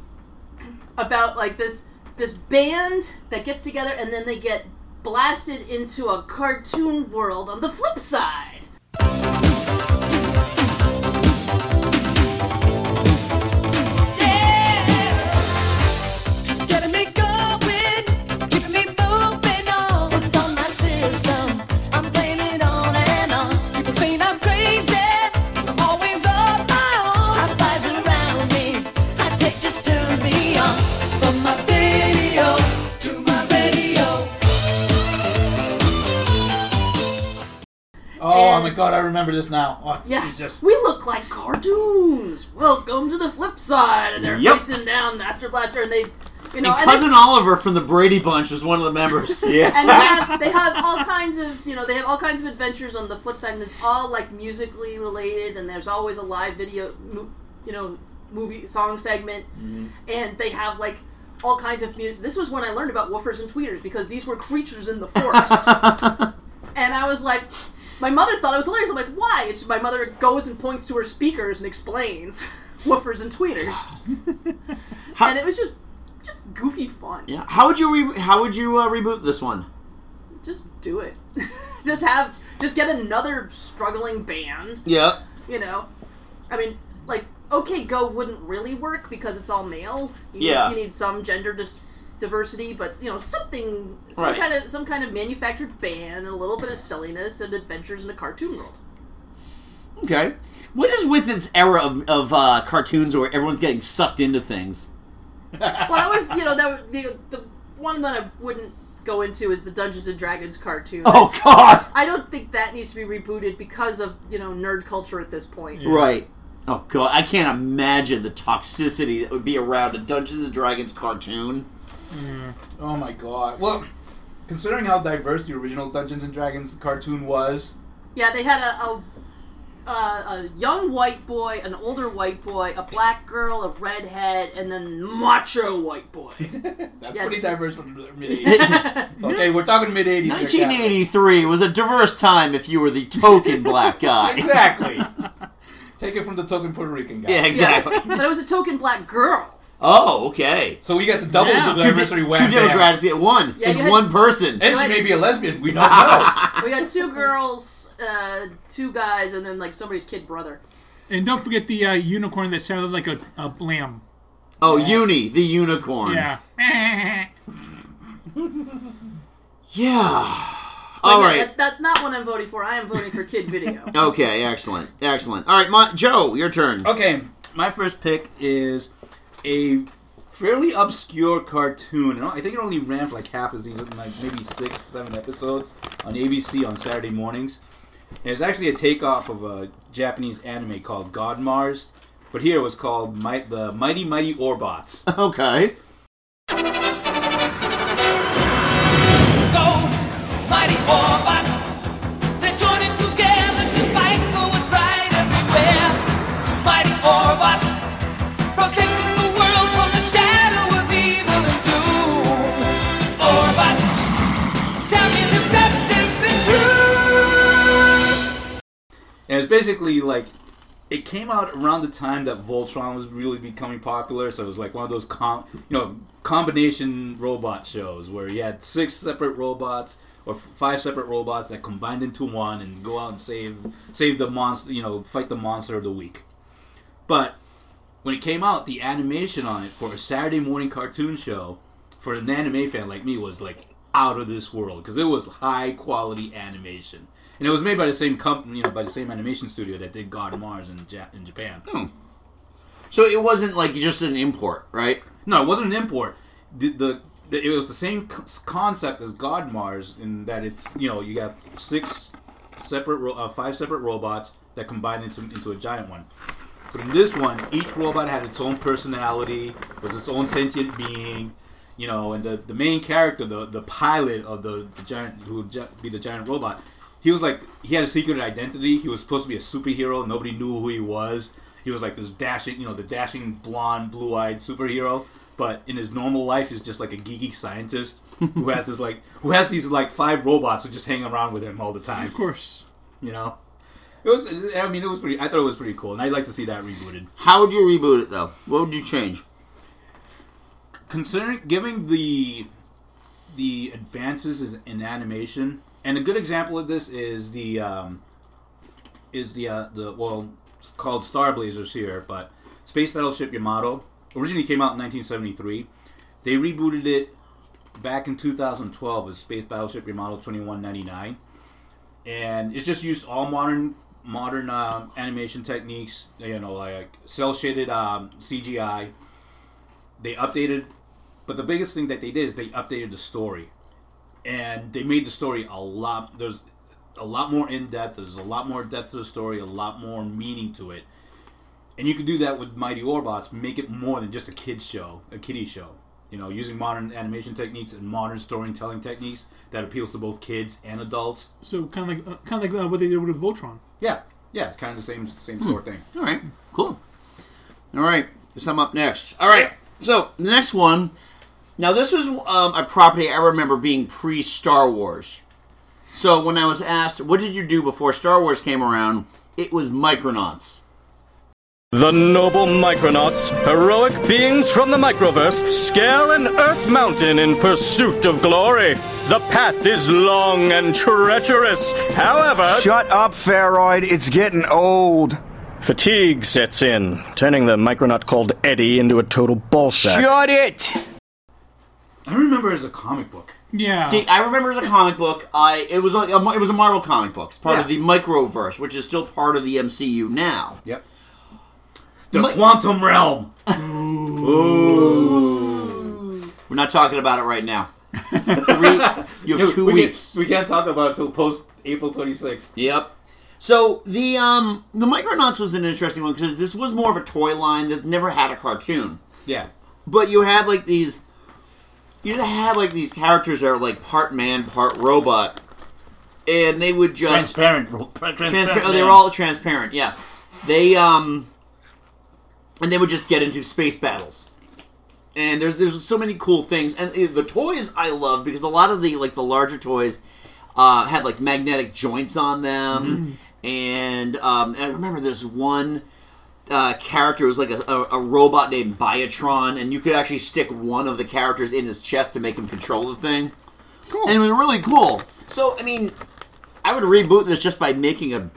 E: about like this this band that gets together and then they get blasted into a cartoon world on the flip side.
B: It's getting me going. It's keeping me moving on. It's on my system. I'm playing it on and on. People saying I'm crazy. 'cause I'm always on my own. I buzz around me. I take just turns me on. From my video to my radio.
D: Oh my god, I remember this now. Oh,
E: Yeah,
D: Jesus.
E: we look like cartoons. Welcome to the flip side, and they're
C: Yep.
E: facing down Master Blaster, and they, you know, and
C: And
E: they-
C: cousin Oliver from the Brady Bunch was one of the members. yeah.
E: and they have, they have all kinds of you know they have all kinds of adventures on the flip side and it's all like musically related and there's always a live video mo- you know movie song segment and they have like all kinds of music this was when i learned about woofers and tweeters because these were creatures in the forest and i was like my mother thought it was hilarious i'm like why it's my mother goes and points to her speakers and explains woofers and tweeters and it was just just goofy fun
C: Yeah. How would you re- how would you uh, reboot this one?
E: just do it. just have just get another struggling band,
C: Yeah.
E: you know. I mean, like okay, go wouldn't really work because it's all male. You
C: Yeah.
E: need, you need some gender dis- diversity, but you know, something some
C: Right.
E: kind of some kind of manufactured band and a little bit of silliness and adventures in a cartoon world.
C: Okay. What is with this era of, of uh, cartoons where everyone's getting sucked into things?
E: Well, that was, you know, that was the the one that I wouldn't go into is the Dungeons and Dragons cartoon.
C: Oh God!
E: I don't think that needs to be rebooted because of, you know, nerd culture at this point.
C: Right. Oh god, I can't imagine the toxicity that would be around a Dungeons and Dragons cartoon.
D: Oh my god. Well, considering how diverse the original Dungeons and Dragons cartoon was,
E: Yeah, they had a a, uh, a young white boy, an older white boy, a black girl, a redhead, and then macho white boy.
D: that's
E: Yeah.
D: pretty diverse from the mid 80s. okay, we're talking mid 80s.
C: 1983 was a diverse time if you were the token black guy.
D: Exactly. Take it from the token Puerto Rican guy.
C: yeah, exactly.
E: but it was a token black girl.
C: Oh, okay.
D: So we got the double
F: Yeah.
C: Two,
D: diversity
C: di-
D: wham
C: two
D: bam.
C: demographics get one
E: Yeah,
C: in
E: you had-
C: one person.
D: And she
E: Right.
D: may be a lesbian. We don't know.
E: We got two girls, uh, two guys, and then like somebody's kid brother.
F: And don't forget the uh, unicorn that sounded like a, a lamb.
C: Oh, Uni, the unicorn.
F: Yeah.
C: Yeah. All
E: yeah,
C: right.
E: That's, that's not what I'm voting for. I am voting for kid video.
C: Okay, excellent. Excellent. All right, Ma- Joe, your turn.
D: Okay, my first pick is a fairly obscure cartoon. I think it only ran for like half a season, like maybe six, seven episodes on ABC on Saturday mornings. And it's actually a takeoff of a Japanese anime called God Mars, but here it was called Mi- the Mighty Mighty Orbots.
E: Oh.
C: Okay.
B: Go, mighty Orbots. They're joining together to fight for what's right everywhere. Mighty Orbots, protecting the world from the shadow of evil and doom. Orbots, tell me the justice and truth.
D: And it's basically like it came out around the time that Voltron was really becoming popular, so it was like one of those com- you know combination robot shows where you had six separate robots or f- five separate robots that combined into one and go out and save save the monster, you know, fight the monster of the week. But when it came out, the animation on it for a Saturday morning cartoon show for an anime fan like me was like out of this world because it was high quality animation, and it was made by the same company, you know, by the same animation studio that did God of Mars in, Jap- in Japan.
C: So it wasn't like just an import, right?
D: No, it wasn't an import. The, the, the- it was the same c- concept as God Mars in that it's you know you got six separate ro- uh, five separate robots that combine into into a giant one. But in this one, each robot had its own personality, was its own sentient being, you know. And the, the main character, the the pilot of the, the giant who would gi- be the giant robot, he was like he had a secret identity. He was supposed to be a superhero. Nobody knew who he was. He was like this dashing, you know, the dashing blonde, blue-eyed superhero. But in his normal life, he's just like a geeky scientist who has this like who has these like five robots who just hang around with him all the time.
F: Of course.
D: You know, it was. I mean, it was pretty. I thought it was pretty cool, and I'd like to see that rebooted.
C: How would you reboot it though? What would you change?
D: considering giving the the advances is- in animation, and a good example of this is the um, is the uh, the well it's called Star Blazers here, but Space Battleship Yamato originally came out in 1973. They rebooted it back in 2012 as Space Battleship Yamato 2199, and it's just used all modern modern um, animation techniques, you know, like cell shaded um, CGI they updated but the biggest thing that they did is they updated the story and they made the story a lot there's a lot more in depth there's a lot more depth to the story a lot more meaning to it and you can do that with mighty orbots make it more than just a kids show a kiddie show you know using modern animation techniques and modern storytelling techniques that appeals to both kids and adults
F: So kind of like uh, kind of like uh, what they did with Voltron.
D: yeah yeah it's kind of the same same sort of thing
C: All right, cool. All right, so I'm up next. All right, so the next one. Now this was um, a property I remember being pre Star Wars. So when I was asked, "What did you do before Star Wars came around?" It was Micronauts.
J: The noble Micronauts, heroic beings from the Microverse, scale an Earth mountain in pursuit of glory. The path is long and treacherous. However,
K: Shut up, Feroid. It's getting old.
J: fatigue sets in, turning the Micronaut called Eddie into a total ballsack.
K: Shut it!
D: i remember it as a comic book
F: Yeah.
C: See, I remember it as a comic book. I it was like a, it was a Marvel comic book. It's part of
D: Yeah.
C: the Microverse, which is still part of the MCU now.
D: yep the quantum realm
C: We're not talking about it right now. Three, you have two
D: we
C: weeks.
D: Can't, we can't talk about it till post April 26th.
C: Yep. So the um the Micronauts was an interesting one because this was more of a toy line that never had a cartoon.
D: Yeah.
C: But you had like these, you had like these characters that are like part man, part robot, and they would just
D: Transparent. ro- Transparent.
C: transparent. Oh,
D: man.
C: they were all transparent. Yes, they um, and they would just get into space battles. And there's there's so many cool things, and uh, the toys I love because a lot of the like the larger toys uh, had like magnetic joints on them, and um, I remember there's one. Uh, character it was like a, a, a robot named Biotron, and you could actually stick one of the characters in his chest to make him control the thing. Cool. And it was really cool. So, I mean, I would reboot this just by making a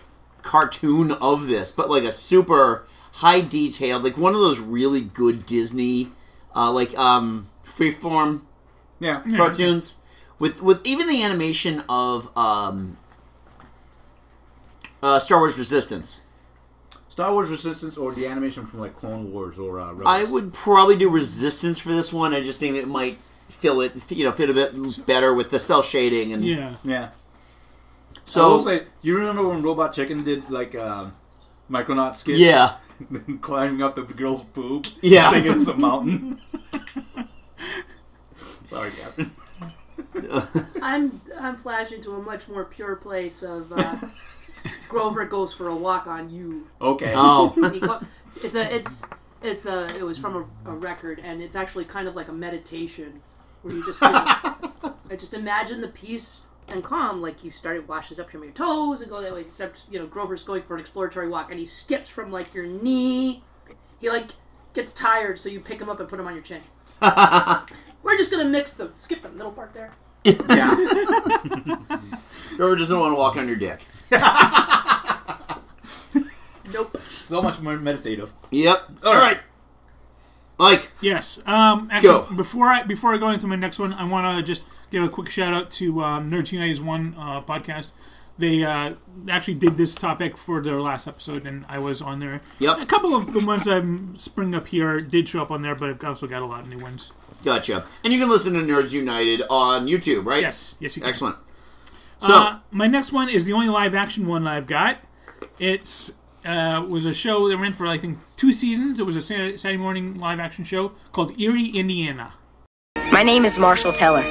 C: cartoon of this, but like a super high detailed, like one of those really good Disney, uh, like um, freeform
D: Yeah.
C: cartoons with with even the animation of um, uh, Star Wars Resistance.
D: Star Wars Resistance or the animation from like Clone Wars or uh, Rebels.
C: I would probably do Resistance for this one. I just think it might fill it, you know, fit a bit better with the cell shading and
F: Yeah.
D: Yeah. So I
C: so
D: will say, you remember when Robot Chicken did like uh, Micronaut skits?
C: yeah.
D: climbing up the girl's boob.
C: Yeah.
D: Taking it to a mountain. Sorry, Gavin.
E: I'm I'm flashing to a much more pure place of uh, Grover goes for a walk on you.
D: Okay.
C: Oh,
E: He go- It's a it's it's a it was from a, a record and it's actually kind of like a meditation where you just you know, I just imagine the peace and calm like you start it washes up from your toes and go that way except you know Grover's going for an exploratory walk and he skips from like your knee he like gets tired so you pick him up and put him on your chin. We're just gonna mix them. Skip the middle part there.
D: yeah.
C: Grover doesn't want to walk on your dick.
E: Nope.
D: So much more meditative.
C: Yep. All right, Mike.
F: Yes. Um, actually,
C: Go.
F: before I before I go into my next one, I want to just give a quick shout out to um, Nerd Two Ninety One uh, podcast. They uh, actually did this topic for their last episode, and I was on there.
C: Yep.
F: A couple of the ones I'm springing up here did show up on there, but I've also got a lot of new ones.
C: Gotcha. And you can listen to Nerds United on YouTube, right?
F: Yes. Yes, you can.
C: Excellent. So,
F: Uh, my next one is the only live action one I've got. It's uh, was a show that ran for I think two seasons. It was a Saturday Saturday morning live action show called Erie, Indiana.
B: My name is Marshall Teller.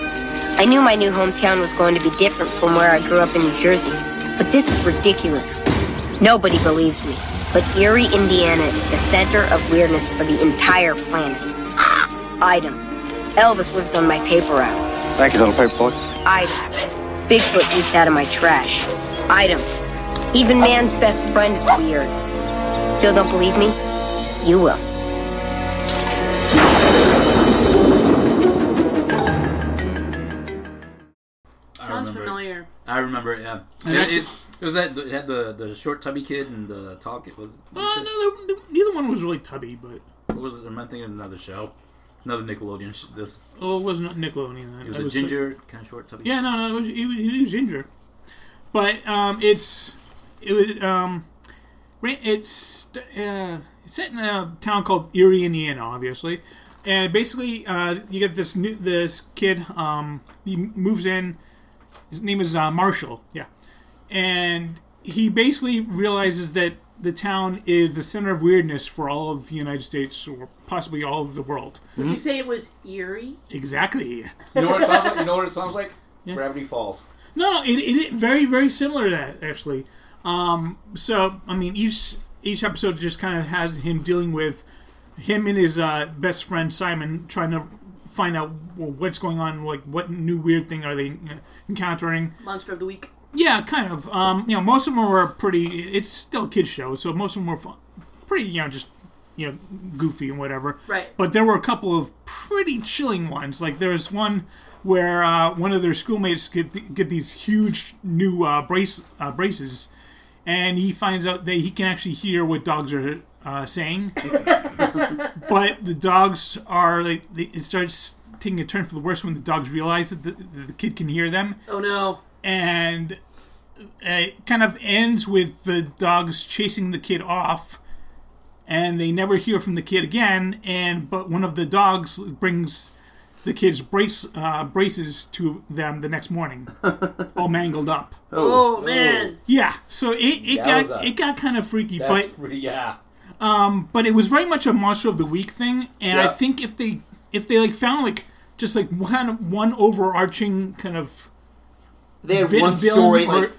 B: I knew my new hometown was going to be different from where I grew up in New Jersey, but this is ridiculous. Nobody believes me, but Erie, Indiana is the center of weirdness for the entire planet. Item. Elvis lives on my paper route.
K: Thank you, little paperboy.
B: Item. Bigfoot eats out of my trash. Item. Even man's best friend is weird. Still don't believe me? You will.
E: Sounds
D: remember.
E: familiar.
D: I remember it, yeah.
F: And
D: Yeah,
F: that's
D: it,
F: just-
D: it was that it had the, the short tubby kid and the tall kid. Was,
F: Uh,
D: was it,
F: no, they- they- neither one was really tubby, but
D: what was it? Am I thinking of another show? Another Nickelodeon. Sh- this
F: oh, it was not Nickelodeon.
D: it was
F: That
D: a
F: like-
D: ginger kind of short tubby.
F: yeah, no, no, it was, he, was, he was ginger, but um, it's it was um, ra- it's uh, it's set in a town called Erie, Indiana, obviously, and basically uh, you get this new this kid um, he moves in. His name is uh, Marshall. Yeah, and he basically realizes that the town is the center of weirdness for all of the United States, or possibly all of the world.
E: Would you say it was eerie?
F: Exactly.
D: You know what it sounds like? You know what it sounds like? Gravity Falls.
F: No, it, it, it very very similar to that actually. Um, so I mean, each each episode just kind of has him dealing with him and his uh, best friend Simon trying to find out well, what's going on, like what new weird thing are they uh, encountering.
E: Monster of the week.
F: Yeah, kind of. Um, you know, most of them were pretty. It's still a kids show, so most of them were fun, pretty you know just you know goofy and whatever.
E: Right.
F: But there were a couple of pretty chilling ones. Like there was one where uh, one of their schoolmates get get these huge new uh, brace uh, braces, and he finds out that he can actually hear what dogs are uh, saying. but the dogs are like they, it starts taking a turn for the worse when the dogs realize that the, that the kid can hear them
E: Oh no.
F: and it kind of ends with the dogs chasing the kid off and they never hear from the kid again and but one of the dogs brings the kids' brace uh, braces to them the next morning, all mangled up.
E: Oh, man.
F: Yeah, so it, it
D: Yowza.
F: got it got kind of freaky,
D: That's
F: but
D: pretty, yeah.
F: but it was very much a monster of the week thing and i
D: Yeah.
F: think if they if they like found like just like one one overarching kind of
C: They had
F: vi-
C: one
F: villain
C: story,
F: or-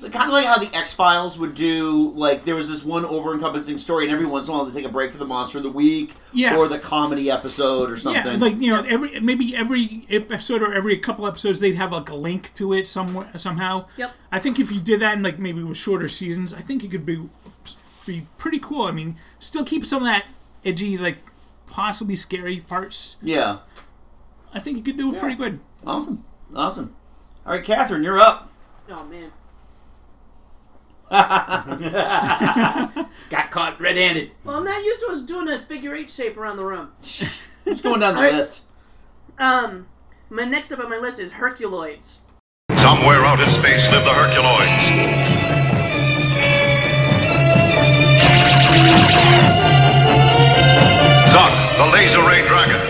C: like, kind of like how the X Files would do. Like there was this one over-encompassing story, and every once in a while they take a break for the monster of the week,
F: Yeah.
C: or the comedy episode, or something.
F: yeah like you know every maybe every episode or every couple episodes they'd have like a link to it somewhere somehow
E: Yep.
F: i think if you did that in like maybe with shorter seasons i think it could be be pretty cool i mean still keep some of that edgy like possibly scary parts
C: yeah,
F: i think you could do it pretty good
C: awesome, awesome. All right, Catherine, you're up.
E: Oh, man.
C: Got caught red-handed.
E: Well, I'm not used to us doing a figure eight shape around the room.
C: What's going down the
E: right.
C: list?
E: Um, my next up on my list is Herculoids.
I: Somewhere out in space live the Herculoids. Zog, the laser ray dragon.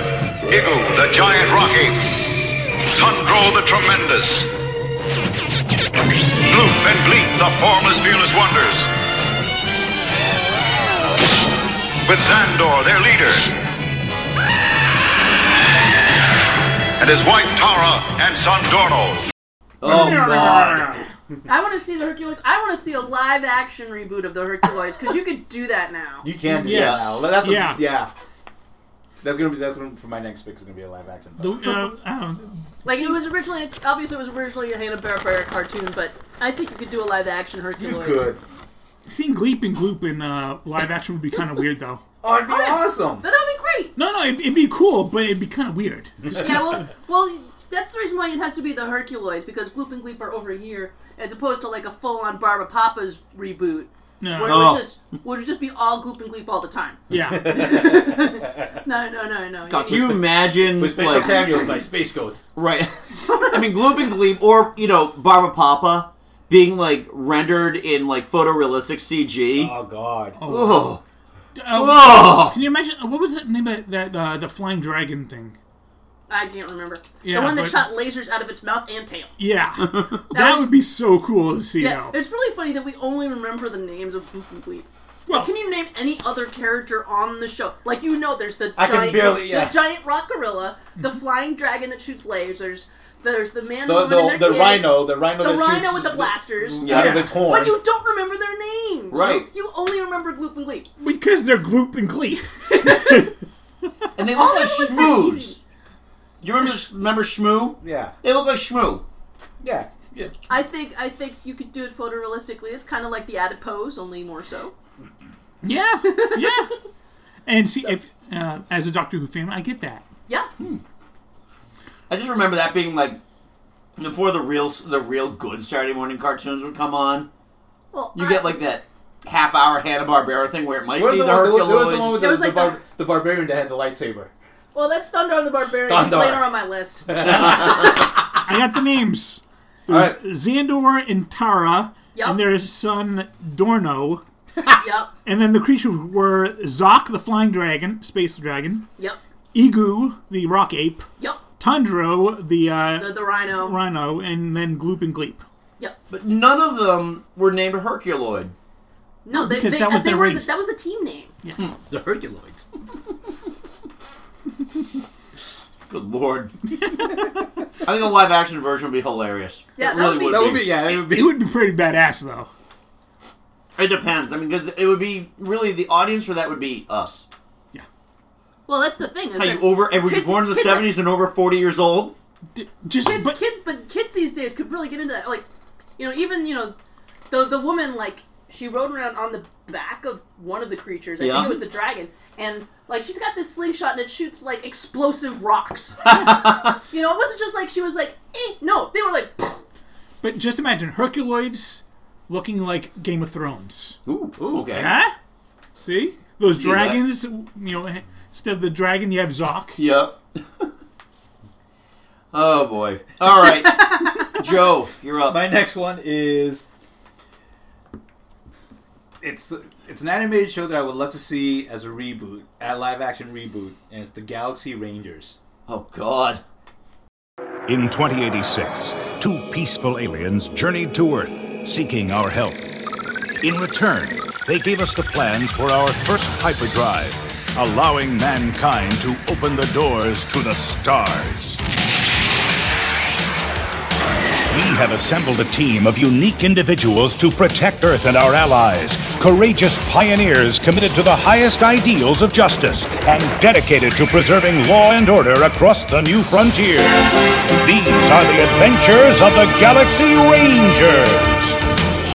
I: Igu, the giant rock ape. Tundro, the tremendous. Gloop and Bleep, the formless, fearless wonders. With Xandor, their leader. And his wife Tara and son Dorno.
C: Oh God!
E: I want to see the Herculoids. I want to see a live action reboot of the Herculoids because you could do that now.
D: You can do
F: Yes.
D: that. Al. That's a-
F: Yeah.
D: yeah. That's gonna be that's gonna, for my next pick. Is gonna be a live action.
F: The, uh, um,
E: Like it was originally, obviously, it was originally a Hanna Barbera cartoon, but I think you could do a live action Herculoids.
D: you could.
F: seeing Gleep and Gloop in uh, live action would be kind of weird though
D: Oh, it'd be awesome.
E: But that'd be
F: No, no, it'd, it'd be cool, but it'd be kind of weird.
E: great. Yeah, well, well, that's the reason why it has to be the Herculoids because Gloop and Gleep are over here, as opposed to like a full on Barbara Papa's reboot,
F: No,
E: where
C: Oh.
E: it was just would just be all Gloop and Gleep all the time.
F: yeah,
E: No, no, no, no.
C: God, can you imagine?
D: With special
C: like-
D: cameo by Space Ghost.
C: Right. I mean, Gloop and Gleep, or you know, Barbara Papa uh, being like rendered in like photorealistic CG.
D: Oh God.
C: Oh,
F: Uh,
C: oh.
F: can you imagine? uh, What was that name of that uh, the flying dragon thing?
E: I can't remember.
F: Yeah,
E: the one that
F: but-
E: shot lasers out of its mouth and tail.
F: Yeah, that,
E: That was-
F: would be so cool to see.
E: Yeah,
F: now.
E: it's really funny that we only remember the names of Gloop and Gleep.
F: well,
E: Can you name any other character on the show? Like you know, there's the
D: I can
E: giant,
D: barely- yeah.
E: the giant rock gorilla, the flying dragon that shoots lasers. There's the man,
D: The
E: the, woman,
D: the,
E: and
D: the
E: their kid,
D: rhino. The rhino.
E: the
D: that
E: rhino
D: shoots
E: with the blasters.
C: Oh.
D: Out of its horn.
E: But you don't remember their names.
D: Right.
E: You only remember Gloop and Gleep.
F: because they're Gloop and Gleep.
C: And they look like
E: that was that
C: schmooze.
E: easy.
C: You remember remember Shmoo?
D: yeah.
C: They look like Shmoo.
D: Yeah. Yeah.
E: I think I think you could do it photorealistically. It's kind of like the adipose, only more so.
F: yeah, yeah. And see, if uh, as a Doctor Who fan, I get that.
E: Yeah.
D: Hmm.
C: I just remember that being like before the real the real good Saturday morning cartoons would come on.
E: Well,
C: You
E: I-
C: get like that half hour Hanna Barbera thing where it might
D: Where's
C: be
D: the,
C: the,
D: one, the, where's the one
C: Herculoids.
D: with the,
E: There was
D: the,
E: like
D: bar,
E: the-
D: the barbarian that had the lightsaber?
E: Well, that's Thunder and the Barbarian. He's
D: Thundar.
E: later on my list.
F: I got the names. It was
D: Alright.
F: Xandor and Tara,
E: Yep.
F: and their son Dorno,
E: yep.
F: and then the creatures were Zok, the flying dragon, space dragon,
E: Yep.
F: Igu, the rock ape,
E: Yep.
F: Tundro, the, uh,
E: The, the rhino.
F: rhino, and then Gloop and Gleep.
E: Yep.
C: But none of them were named Herculoid.
E: No, they,
F: because
E: they,
F: that was
E: they
F: their
E: were
F: race.
E: that was the team name.
D: The Herculoids.
C: Good lord. I think a live action version would be hilarious.
E: Yeah,
C: it
E: that
C: really
E: would be-
D: That would be yeah. It would
F: It
D: be.
F: would be pretty badass though.
C: It depends. I mean, because it would be really the audience for that would be us.
E: Well, that's the thing. Is
C: How you
E: that
C: over? eh, Were you
E: Kids-
C: born in the
E: kids-
C: seventies and over forty years old?
F: D- Just
E: kids,
F: but
E: kids, but kids these days could really get into that. Like, you know, even you know, the the woman like she rode around on the back of one of the creatures. I
C: Yeah.
E: think it was the dragon, and like she's got this slingshot and it shoots like explosive rocks. you know, it wasn't just like she was like, eh, no, they were like,
F: but just imagine Herculoids looking like Game of Thrones.
C: Ooh, ooh, okay.
F: Huh? See those
C: that?
F: dragons? You know, instead of the dragon, you have Zok.
C: Yep. oh boy. All right, Joe, you're up.
D: My next one is. It's it's an animated show that I would love to see as a reboot, a live action reboot, and it's the Galaxy Rangers.
C: Oh, God.
L: In 2086, two peaceful aliens journeyed to Earth seeking our help. In return, they gave us the plans for our first hyperdrive, allowing mankind to open the doors to the stars. We have assembled a team of unique individuals to protect Earth and our allies, courageous pioneers committed to the highest ideals of justice and dedicated to preserving law and order across the new frontier. These are the adventures of the Galaxy Rangers.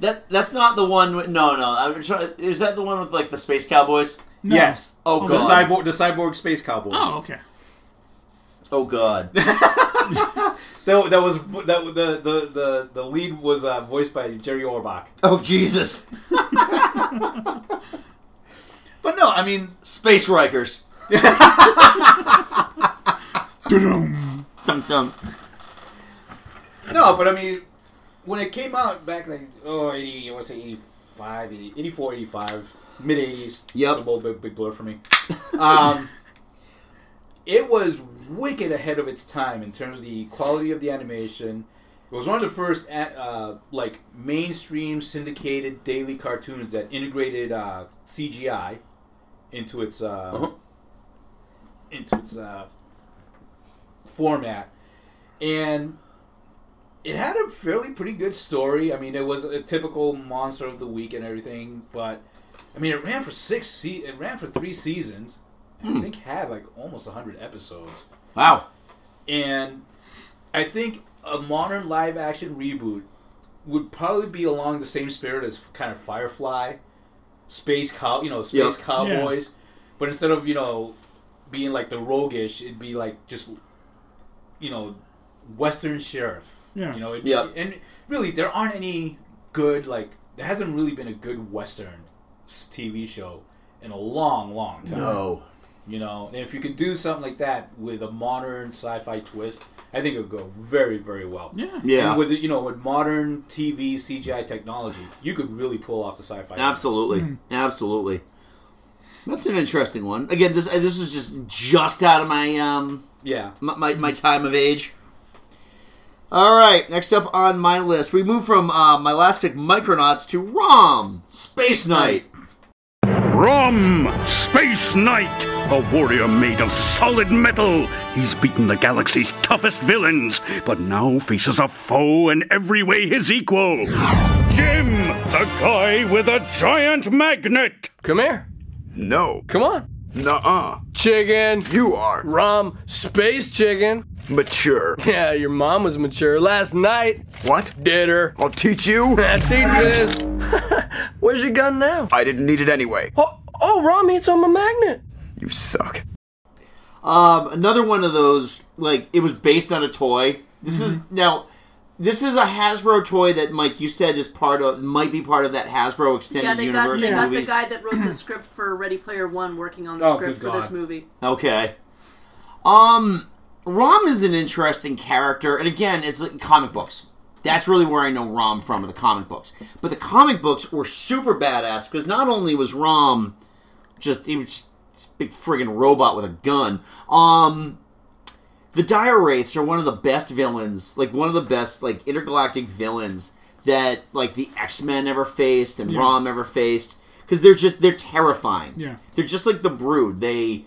C: That That's not the one. With, no, no. I'm trying, is that the one with, like, the space cowboys?
D: Yes.
C: Oh,
D: the
C: God.
D: cyborg, the cyborg space cowboys.
F: Oh, okay.
C: Oh, God.
D: That, that was that the the the, the lead was uh, voiced by Jerry Orbach.
C: Oh, Jesus.
D: But no, I mean,
C: Space Rikers. Dum, dum.
D: no, but I mean, when it came out back like oh 80, I want to say 85, 80, 84, 85, mid eighties.
C: Yep.
D: it's a little big, big blur for me. Um, it was wicked ahead of its time in terms of the quality of the animation. It was one of the first a- uh, like mainstream syndicated daily cartoons that integrated uh, CGI into its uh, into its uh, format, and it had a fairly pretty good story. I mean, it was a typical monster of the week and everything, but I mean, it ran for six. Se- it ran for three seasons. and I think had like almost hundred episodes,
C: Wow.
D: and I think a modern live action reboot would probably be along the same spirit as kind of Firefly, space cow, you know, space
C: Yeah.
D: cowboys, but instead of you know being like the roguish, it'd be like just you know western sheriff.
F: Yeah.
D: You know, it,
C: Yeah.
D: and really there aren't any good like there hasn't really been a good western s- TV show in a long, long time.
C: No.
D: You know, and if you could do something like that with a modern sci-fi twist, I think it would go very, very well.
F: Yeah.
C: Yeah.
D: And with you know, with modern TV CGI technology, you could really pull off the sci-fi. elements.
C: Absolutely, absolutely. That's an interesting one. Again, this uh, this is just just out of my um
D: Yeah.
C: my, my, my time of age. All right, next up on my list, we move from uh, my last pick, Micronauts, to Rom Space Knight.
J: Rom! Space Knight! A warrior made of solid metal! He's beaten the galaxy's toughest villains, but now faces a foe in every way his equal. Jim! The guy with a giant magnet!
H: Come here.
K: No.
H: Come on.
K: Nuh-uh.
H: Chicken.
K: You are
H: Rom. Space chicken.
K: mature.
H: Yeah, your mom was mature. Last night,
K: What?
H: did her.
K: I'll teach you.
H: That teaches. Where's your gun now?
K: I didn't need it anyway.
H: Oh, oh, Rom, it's on my magnet.
K: You suck.
C: Um, another one of those like it was based on a toy. This is now. This is a Hasbro toy that, Mike, you said is part of might be part of that Hasbro extended
E: Yeah, they got
C: universe
E: they got the
C: movies.
E: guy that wrote the script for Ready Player One working on the
D: Oh,
E: script
D: good
E: for this
D: God.
E: movie.
C: Okay. Um, Rom is an interesting character, and again, it's like comic books. That's really where I know Rom from, are the comic books. But the comic books were super badass because not only was Rom just he was just this big friggin' robot with a gun. Um, the Dire Wraiths are one of the best villains, like one of the best like intergalactic villains that like the X Men ever faced and Rom ever faced because they're just they're terrifying.
F: Yeah.
C: they're just like the Brood. They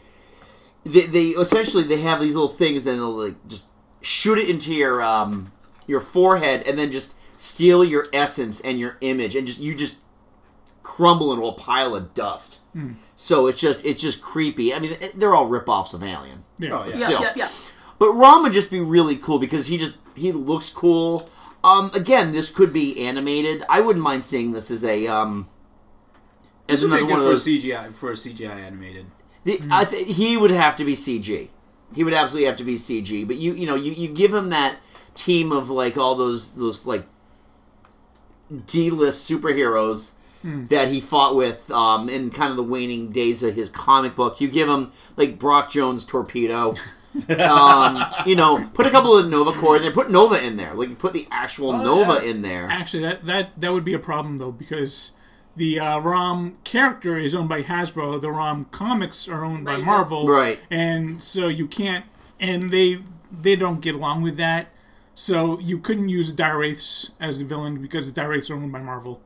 C: they, they essentially they have these little things that they'll like just shoot it into your um your forehead and then just steal your essence and your image and just you just crumble into a pile of dust.
E: Hmm.
C: So it's just it's just creepy. I mean, it- they're all ripoffs of Alien.
F: Yeah.
D: Oh yeah.
E: Yeah,
C: Still.
E: yeah, yeah.
C: But Rom would just be really cool because he just he looks cool. Um, again, this could be animated. I wouldn't mind seeing this as a um as
D: This would be
C: another
D: good
C: one of
D: for a
C: those.
D: CGI for a CGI animated.
C: The, I th- he would have to be CG. He would absolutely have to be CG. But you, you know, you, you give him that team of like all those those like D list superheroes that he fought with um, in kind of the waning days of his comic book. You give him like Brock Jones Torpedo. um, you know, put a couple of Nova Corps in there. Put Nova in there. Like, put the actual Nova in there.
F: Actually, that, that that would be a problem though because the uh, ROM character is owned by Hasbro. The ROM comics are owned by Marvel.
C: Right.
F: And so you can't, and they they don't get along with that. So you couldn't use Direwraiths as the villain because the Direwraiths are owned by Marvel.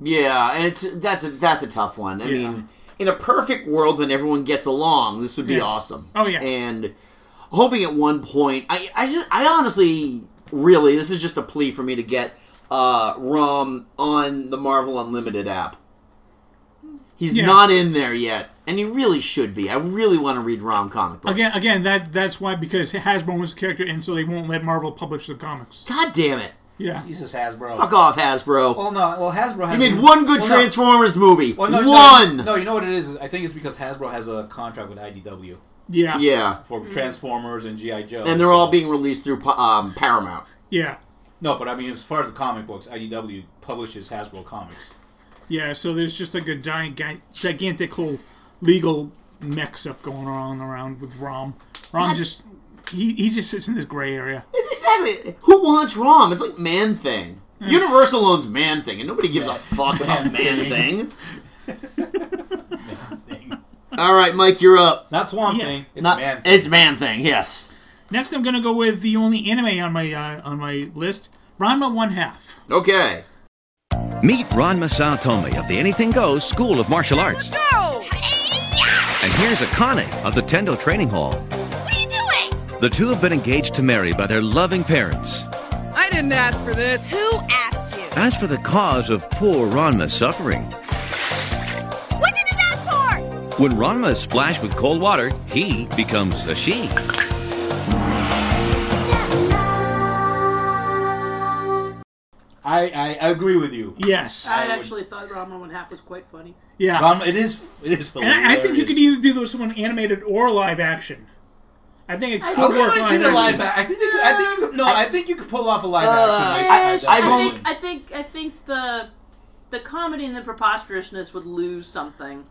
C: Yeah, and it's that's a that's a tough one. I
F: Yeah.
C: mean, in a perfect world when everyone gets along, this would be
F: Yeah.
C: awesome.
F: Oh, yeah.
C: And hoping at one point, I I just I honestly really this is just a plea for me to get uh Rom on the Marvel Unlimited app. He's
F: Yeah.
C: not in there yet, and he really should be. I really want to read Rom comic books.
F: Again, again, that that's why because Hasbro owns the character, and so they won't let Marvel publish the comics.
C: God damn it!
F: Yeah.
D: Jesus Hasbro.
C: Fuck off, Hasbro.
D: Well, no. Well, Hasbro has
C: you made one good
D: well, no.
C: Transformers movie.
D: Well, no, no,
C: one.
D: No, you know what it is? I think it's because Hasbro has a contract with IDW
F: Yeah.
C: Yeah,
D: for Transformers and GI Joe.
C: and they're
D: so-
C: all being released through um, Paramount.
F: Yeah.
D: No, but I mean, as far as the comic books, IDW publishes Hasbro comics.
F: Yeah, so there's just like a giant, gi- gigantic whole legal mix up going on around with Rom. Rom just he, he just sits in this gray area.
C: It's exactly. Who wants ROM? It's like Man Thing.
D: Hmm.
C: Universal owns Man Thing, and nobody gives a fuck about Man Thing. All right, Mike, you're up.
D: Not Swamp
F: Yeah.
D: Thing. It's
C: Not-
D: Man. Thing.
C: It's Man Thing. Yes.
F: Next, I'm gonna go with the only anime on my uh, on my list, Ranma One Half.
C: Okay.
H: Meet Ronma Saotome of the Anything Goes School of Martial Arts. And here's Akane of the Tendo Training Hall.
B: What are you doing?
H: The two have been engaged to marry by their loving parents.
B: I didn't ask for this. Who asked you?
H: As for the cause of poor Ranma's suffering,
B: What did you ask for?
H: when Ranma is splashed with cold water, he becomes a she.
D: I, I I agree with you.
F: Yes.
E: I actually thought Rama One Half was quite funny.
F: yeah.
D: Um, it is it is
F: and
D: hilarious.
F: I, I think you could either do those one animated or live action. I think it
E: I
F: could
E: think
D: I
F: work.
D: wouldn't mind seeing a
F: action.
D: live action. I think they could, I think you could. No, I, think you could pull off a live action.
C: I-
E: Ish.
C: I've
E: Uh, I
C: only-
E: think I think I think the the comedy and the preposterousness would lose something.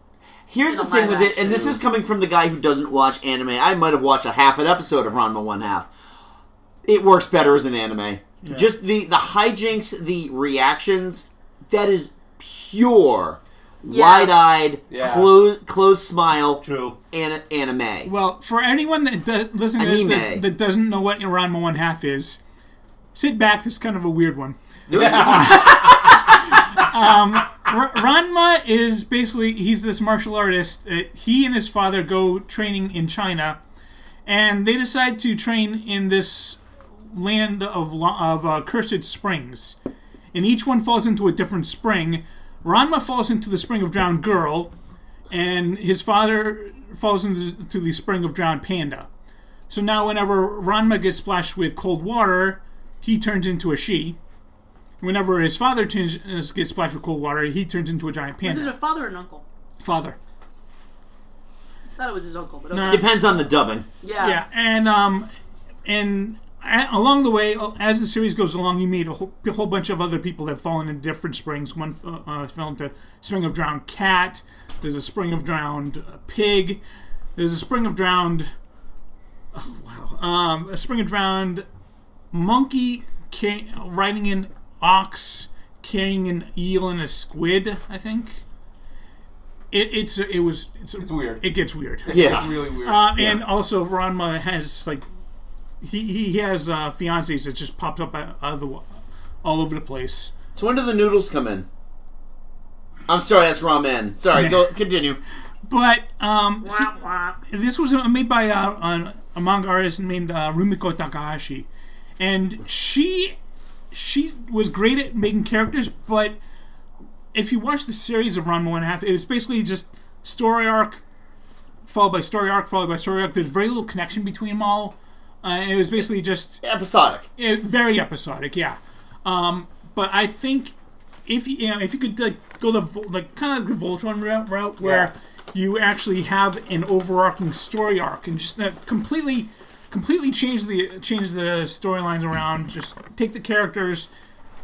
C: Here's the
E: Little
C: thing with
E: live
C: it, and this is coming from the guy who doesn't watch anime. I might have watched a half an episode of Ranma One Half. It works better as an anime. Just the the hijinks, the reactions. That is pure, wide-eyed,
D: Yeah.
C: close close smile.
D: True.
C: An- anime.
F: Well, for anyone that do- listening to this
C: Anime.
F: that, that doesn't know what Ranma One Half is, sit back. This is kind of a weird one. Um, R- Ranma is basically he's this martial artist. Uh, he and his father go training in China, and they decide to train in this land of lo- of uh, cursed springs. And each one falls into a different spring. Ranma falls into the spring of drowned girl, and his father falls into to the spring of drowned panda. So now, whenever Ranma gets splashed with cold water, he turns into a she. Whenever his father turns, uh, gets splashed with cold water, he turns into a giant
E: Is it
F: panda.
E: a father and uncle?
F: father.
E: I thought it was his uncle, but okay.
F: No.
C: Depends on the dubbing.
E: yeah.
F: Yeah, and um, and a- along the way, as the series goes along, you meet a whole, a whole bunch of other people that have fallen into different springs. One uh, uh, fell into spring of drowned cat. There's a spring of drowned uh, pig. There's a spring of drowned. Oh wow! Um, a spring of drowned monkey ca- riding an ox, carrying an eel and a squid. I think. It, it's it was it's, it's
D: weird.
F: It gets weird.
C: Yeah.
D: really weird.
F: Uh, and also, Ranma has like he he has uh, fiancées that just popped up out of the wa- all over the place.
C: So when do the noodles come in? I'm sorry, that's ramen. Sorry, go continue.
F: But um, see,
E: Wah, wah.
F: this was uh, made by uh, an, a manga artist named uh, Rumiko Takahashi, and she she was great at making characters. But if you watch the series of Ranma One and a Half, it was basically just story arc followed by story arc followed by story arc. There's very little connection between them all. Uh, and it was basically just
C: Episodic.
F: it, Eh, very episodic, yeah. Um, but I think if you, you know, if you could like go the Vol- like kind of like the Voltron route, route where you actually have an overarching story arc and just uh, completely completely change the change the storylines around, just take the characters,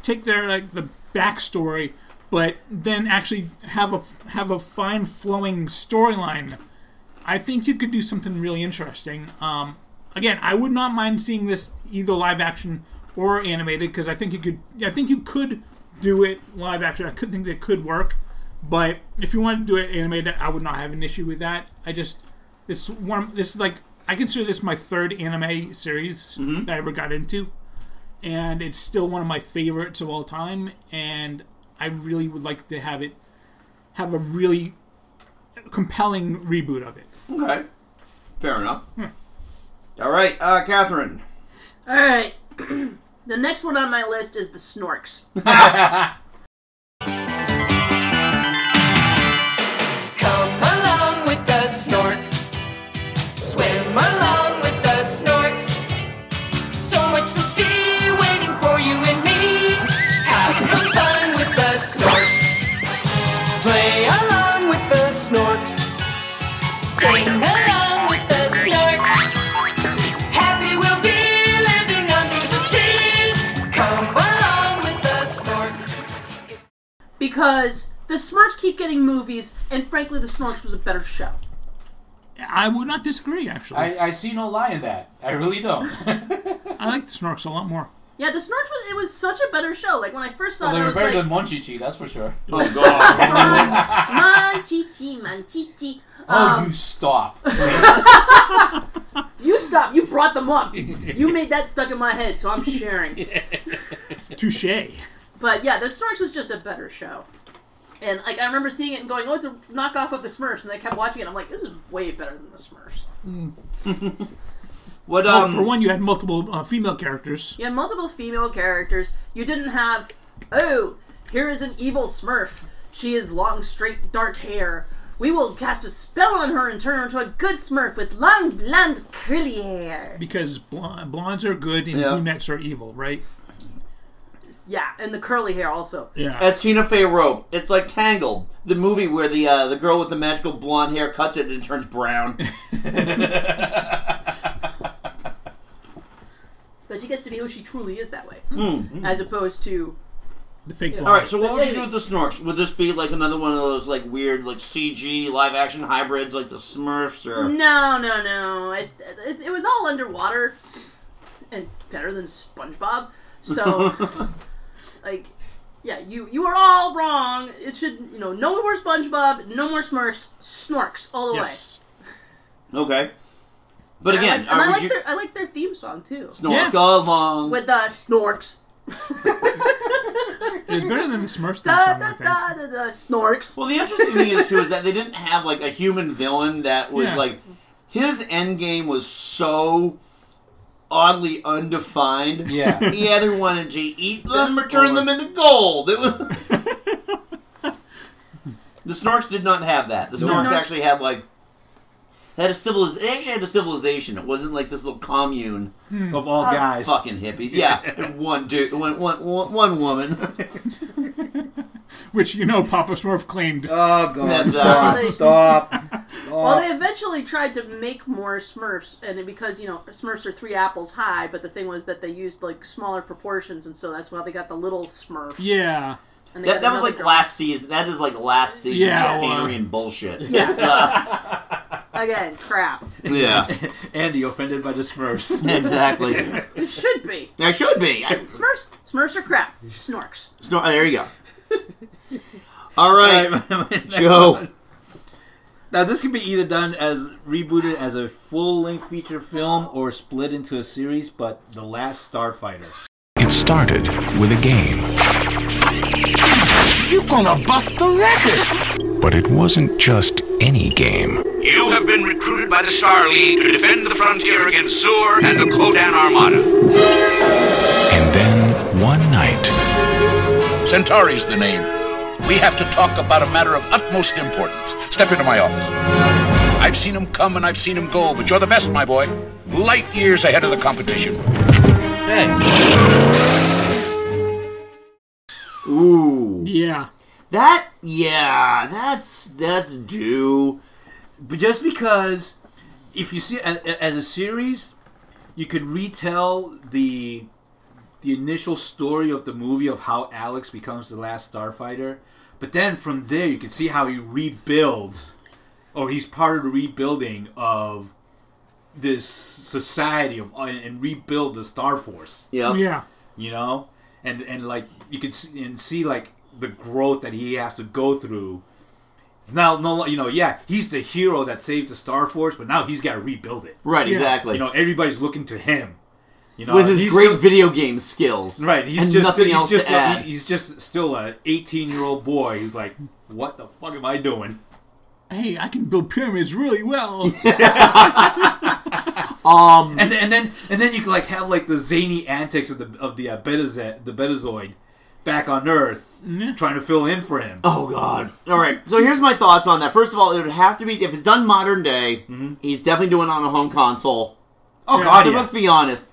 F: take their like the backstory, but then actually have a f- have a fine flowing storyline. I think you could do something really interesting. Um, again, I would not mind seeing this either live action or animated because I think you could. I think you could do it live action. I could think that could work, But if you want to do it animated, I would not have an issue with that. I just this one this is like I consider this my third anime series that I ever got into, and it's still one of my favorites of all time. And I really would like to have it have a really compelling reboot of it.
C: Okay. Fair enough. All right, uh, Catherine.
E: All right. the next one on my list is the Snorks.
B: Come along with the snorks. Swim along with the snorks. So much to see waiting for you and me. Have some fun with the snorks. Play along with the snorks. Sing along with the snorks. Happy we'll be living under the sea. Come along with the snorks.
E: because the Smurfs keep getting movies, and frankly, the Snorks was a better show.
F: I would not disagree. Actually,
M: I, I see no lie in that. I really don't.
F: I like the Snorks a lot more.
E: Yeah, the Snorks was it was such a better show. Like when I first saw
M: well,
E: it,
M: they
E: I
M: were
E: was
M: better
E: like,
M: than Monchichi, that's for sure.
F: Um,
C: Oh god.
E: Manchichi, Manchichi.
M: oh,
E: Um,
M: you stop.
E: you stop. You brought them up. you made that stuck in my head, so I'm sharing.
F: Touche.
E: But yeah, the Snorks was just a better show. And like I remember seeing it and going, "Oh, it's a knockoff of the Smurfs," and I kept watching it. and I'm like, "This is way better than the Smurfs."
C: What
F: Well,
C: um
F: for one, you had multiple uh, female characters.
E: You had multiple female characters. You didn't have, oh, here is an evil Smurf. She has long, straight, dark hair. We will cast a spell on her and turn her into a good Smurf with long, blonde, curly hair.
F: Because bl- blondes are good and
C: Yeah.
F: brunettes are evil, right?
E: Yeah, and the curly hair also.
F: Yeah.
C: as Tina Fey wrote, it's like Tangled, the movie where the uh, the girl with the magical blonde hair cuts it and it turns brown.
E: But she gets to be who she truly is that way,
F: Hmm.
E: as opposed to
F: the fake blonde.
C: All right, so what would you do with the Snorks? Would this be like another one of those like weird like CG live action hybrids like the Smurfs or
E: no, no, no. It it, it was all underwater, and better than SpongeBob. So, like, yeah, you you are all wrong. It should you know no more SpongeBob, no more Smurfs, Snorks all the
F: Yes.
C: okay? But
E: way. And Mm-hmm. I
C: again,
E: like- and
C: uh,
E: I
C: would
E: like
C: you
E: their I like their theme song too
C: Snork along?
E: with the uh, Snorks.
F: It was better than the Smurfs theme
E: Da
F: song,
E: da
F: I think.
E: da da da Snorks.
C: Well, the interesting thing is too is that they didn't have like a human villain that was
F: Yeah.
C: like his end game was so oddly undefined.
M: yeah.
C: He either wanted to eat them or turn them into gold. It was. the Snorks did not have that. The Snorks
E: Snorks-
C: actually had like they had a civiliz- They actually had a civilization. It wasn't like this little commune
D: of all
E: Oh,
D: guys.
C: fucking hippies. Yeah, and one dude, one one one, one woman.
F: Which, you know, Papa Smurf claimed.
D: Oh god.
C: That's, uh,
E: They-
D: Stop.
E: Well, they eventually tried to make more Smurfs, and it- because you know Smurfs are three apples high, but the thing was that they used like smaller proportions, and so that's why they got the little Smurfs.
F: yeah.
E: and they got
C: That, that was
E: another
C: like
E: girl.
C: last season. That is like last season
F: Yeah, well,
C: chicanery and bullshit. It's, uh,
E: again. Crap.
C: yeah,
D: Andy offended by the Smurfs.
C: exactly.
E: It should be
C: That should be. I-
E: Smurfs. Smurfs are crap. Snorks.
C: Snor- there you go. All right, Joe.
D: Now this can be either done as rebooted as a full-length feature film or split into a series. But the last Starfighter.
L: It started with a game.
K: You gonna bust the record!
L: But it wasn't just any game.
I: You have been recruited by the Star League to defend the frontier against Zur and the Kodan Armada.
L: And then one night,
K: Centauri's the name. We have to talk about a matter of utmost importance. Step into my office. I've seen him come and I've seen him go, but you're the best, my boy. Light years ahead of the competition.
C: Ooh.
F: Yeah.
C: That yeah, that's that's due.
D: But just because, if you see it as, as a series, you could retell the the initial story of the movie of how Alex becomes the last starfighter. But then from there, you can see how he rebuilds, or he's part of the rebuilding of this society of and rebuild the Star Force
C: Yeah.
F: Yeah.
D: you know and and like you can see, and see like the growth that he has to go through It's now no, you know, yeah, he's the hero that saved the Star Force, but now he's got to rebuild it.
C: Right, Yeah. exactly.
D: You know, everybody's looking to him. You know,
C: with his
D: he's
C: great
D: still-
C: video game skills.
D: Right, he's
C: and
D: just
C: nothing
D: he's
C: else
D: just
C: to
D: a-
C: add.
D: he's just still an 18 year old boy who's like, what the fuck am I doing?
F: Hey, I can build pyramids really well.
C: Um,
D: and then- and then and then you can like have like the zany antics of the of the uh, Betazo- the Betazoid back on Earth, trying to fill in for him.
C: Oh God! All right, so here's my thoughts on that. First of all, it would have to be if it's done modern day.
D: Mm-hmm.
C: He's definitely doing it on a home console.
D: Oh, God,
C: 'Cause
D: yeah.
C: Let's be honest.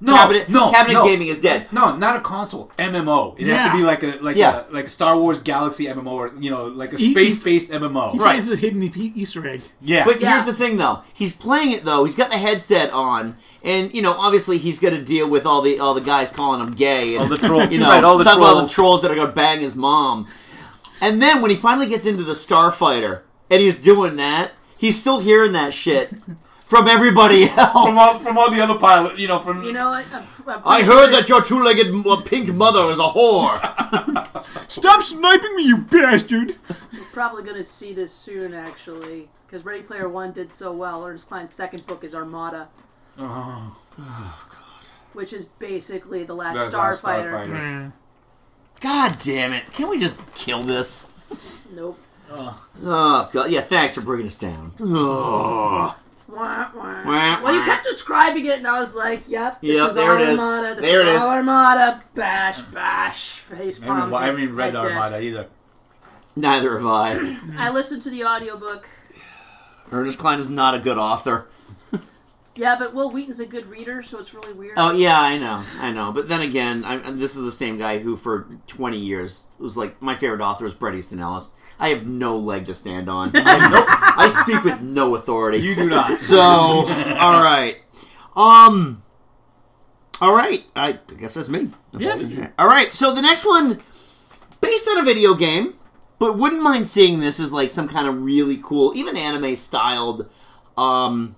D: No,
C: cabinet,
D: no,
C: cabinet
D: no.
C: gaming is dead.
D: No, not a console. MMO. It would have
C: Yeah.
D: to be like a like
C: Yeah.
D: a like a Star Wars Galaxy MMO or you know like a
F: He-
D: space based MMO.
F: he finds a hidden e- Easter egg.
D: Yeah.
C: But here's the thing, though. He's playing it though. He's got the headset on, and you know, obviously, he's going to deal with all the all the guys calling him gay and
D: All the troll-
C: You know,
D: right, all the
C: talk about all the
D: trolls.
C: trolls that are going to bang his mom. And then when he finally gets into the starfighter and he's doing that, he's still hearing that shit from everybody else.
D: From all, from all the other pilot, you know, from
E: You know, what? I'm- I'm
C: I
E: pretty
C: heard
E: sure-
C: that your two-legged m- uh, pink mother is a whore.
F: Stop sniping me, you bastard!
E: probably going to see this soon, actually, because Ready Player One did so well. Ernest Klein's second book is Armada,
D: Oh.
E: which is basically the last
C: The last
E: Starfighter.
C: Starfighter. God damn it! Can we just kill this?
E: Nope.
C: Oh god, yeah. Thanks for bringing us down. Ugh.
E: Wah, wah.
C: Wah,
E: Well, you
C: wah.
E: kept describing it, and I was like, "Yep, this
C: Yep,
E: is
C: there it is.
E: Armada. This
C: There it
E: is
C: is.
E: Armada. Bash, bash, face
D: I haven't,
E: palm."
D: I haven't even read
E: type
D: Armada
E: disc.
D: either.
C: Neither have I.
E: I listened to the audiobook.
C: Ernest Klein is not a good author.
E: Yeah, but Will Wheaton's a good reader, so it's really weird.
C: Oh yeah, I know, I know. But then again, I, and this is the same guy who, for twenty years, was like my favorite author is Bret Easton Ellis. I have no leg to stand on. I, have no- I speak with no authority. You
D: do not.
C: So, all right, um, all right. I guess that's me.
D: Yeah.
C: All right. So the next one, based on a video game, but wouldn't mind seeing this as like some kind of really cool, even anime styled. Um,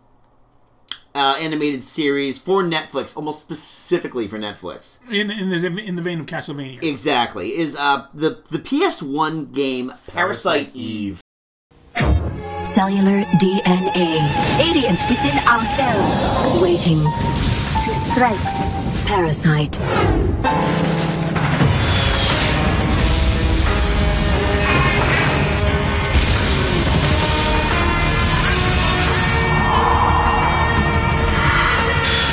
C: uh, animated series for Netflix, almost specifically for Netflix.
F: In in the in the vein of Castlevania.
C: Exactly is uh, the the PS1 game Parasite Eve.
N: Cellular DNA. Aliens within ourselves. Waiting to strike parasite.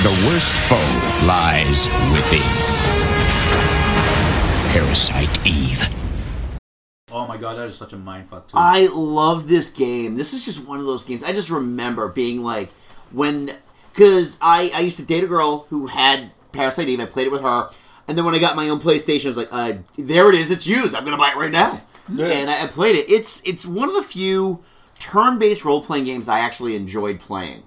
K: The worst foe lies within. Parasite Eve.
D: Oh my god, that is such a mindfuck too.
C: I love this game. This is just one of those games I just remember being like when because I I used to date a girl who had Parasite Eve. I played it with her, and then when I got my own PlayStation, I was like, uh, "There it is. It's used. I'm gonna buy it right now." And I, I played it. It's it's one of the few turn-based role-playing games I actually enjoyed playing.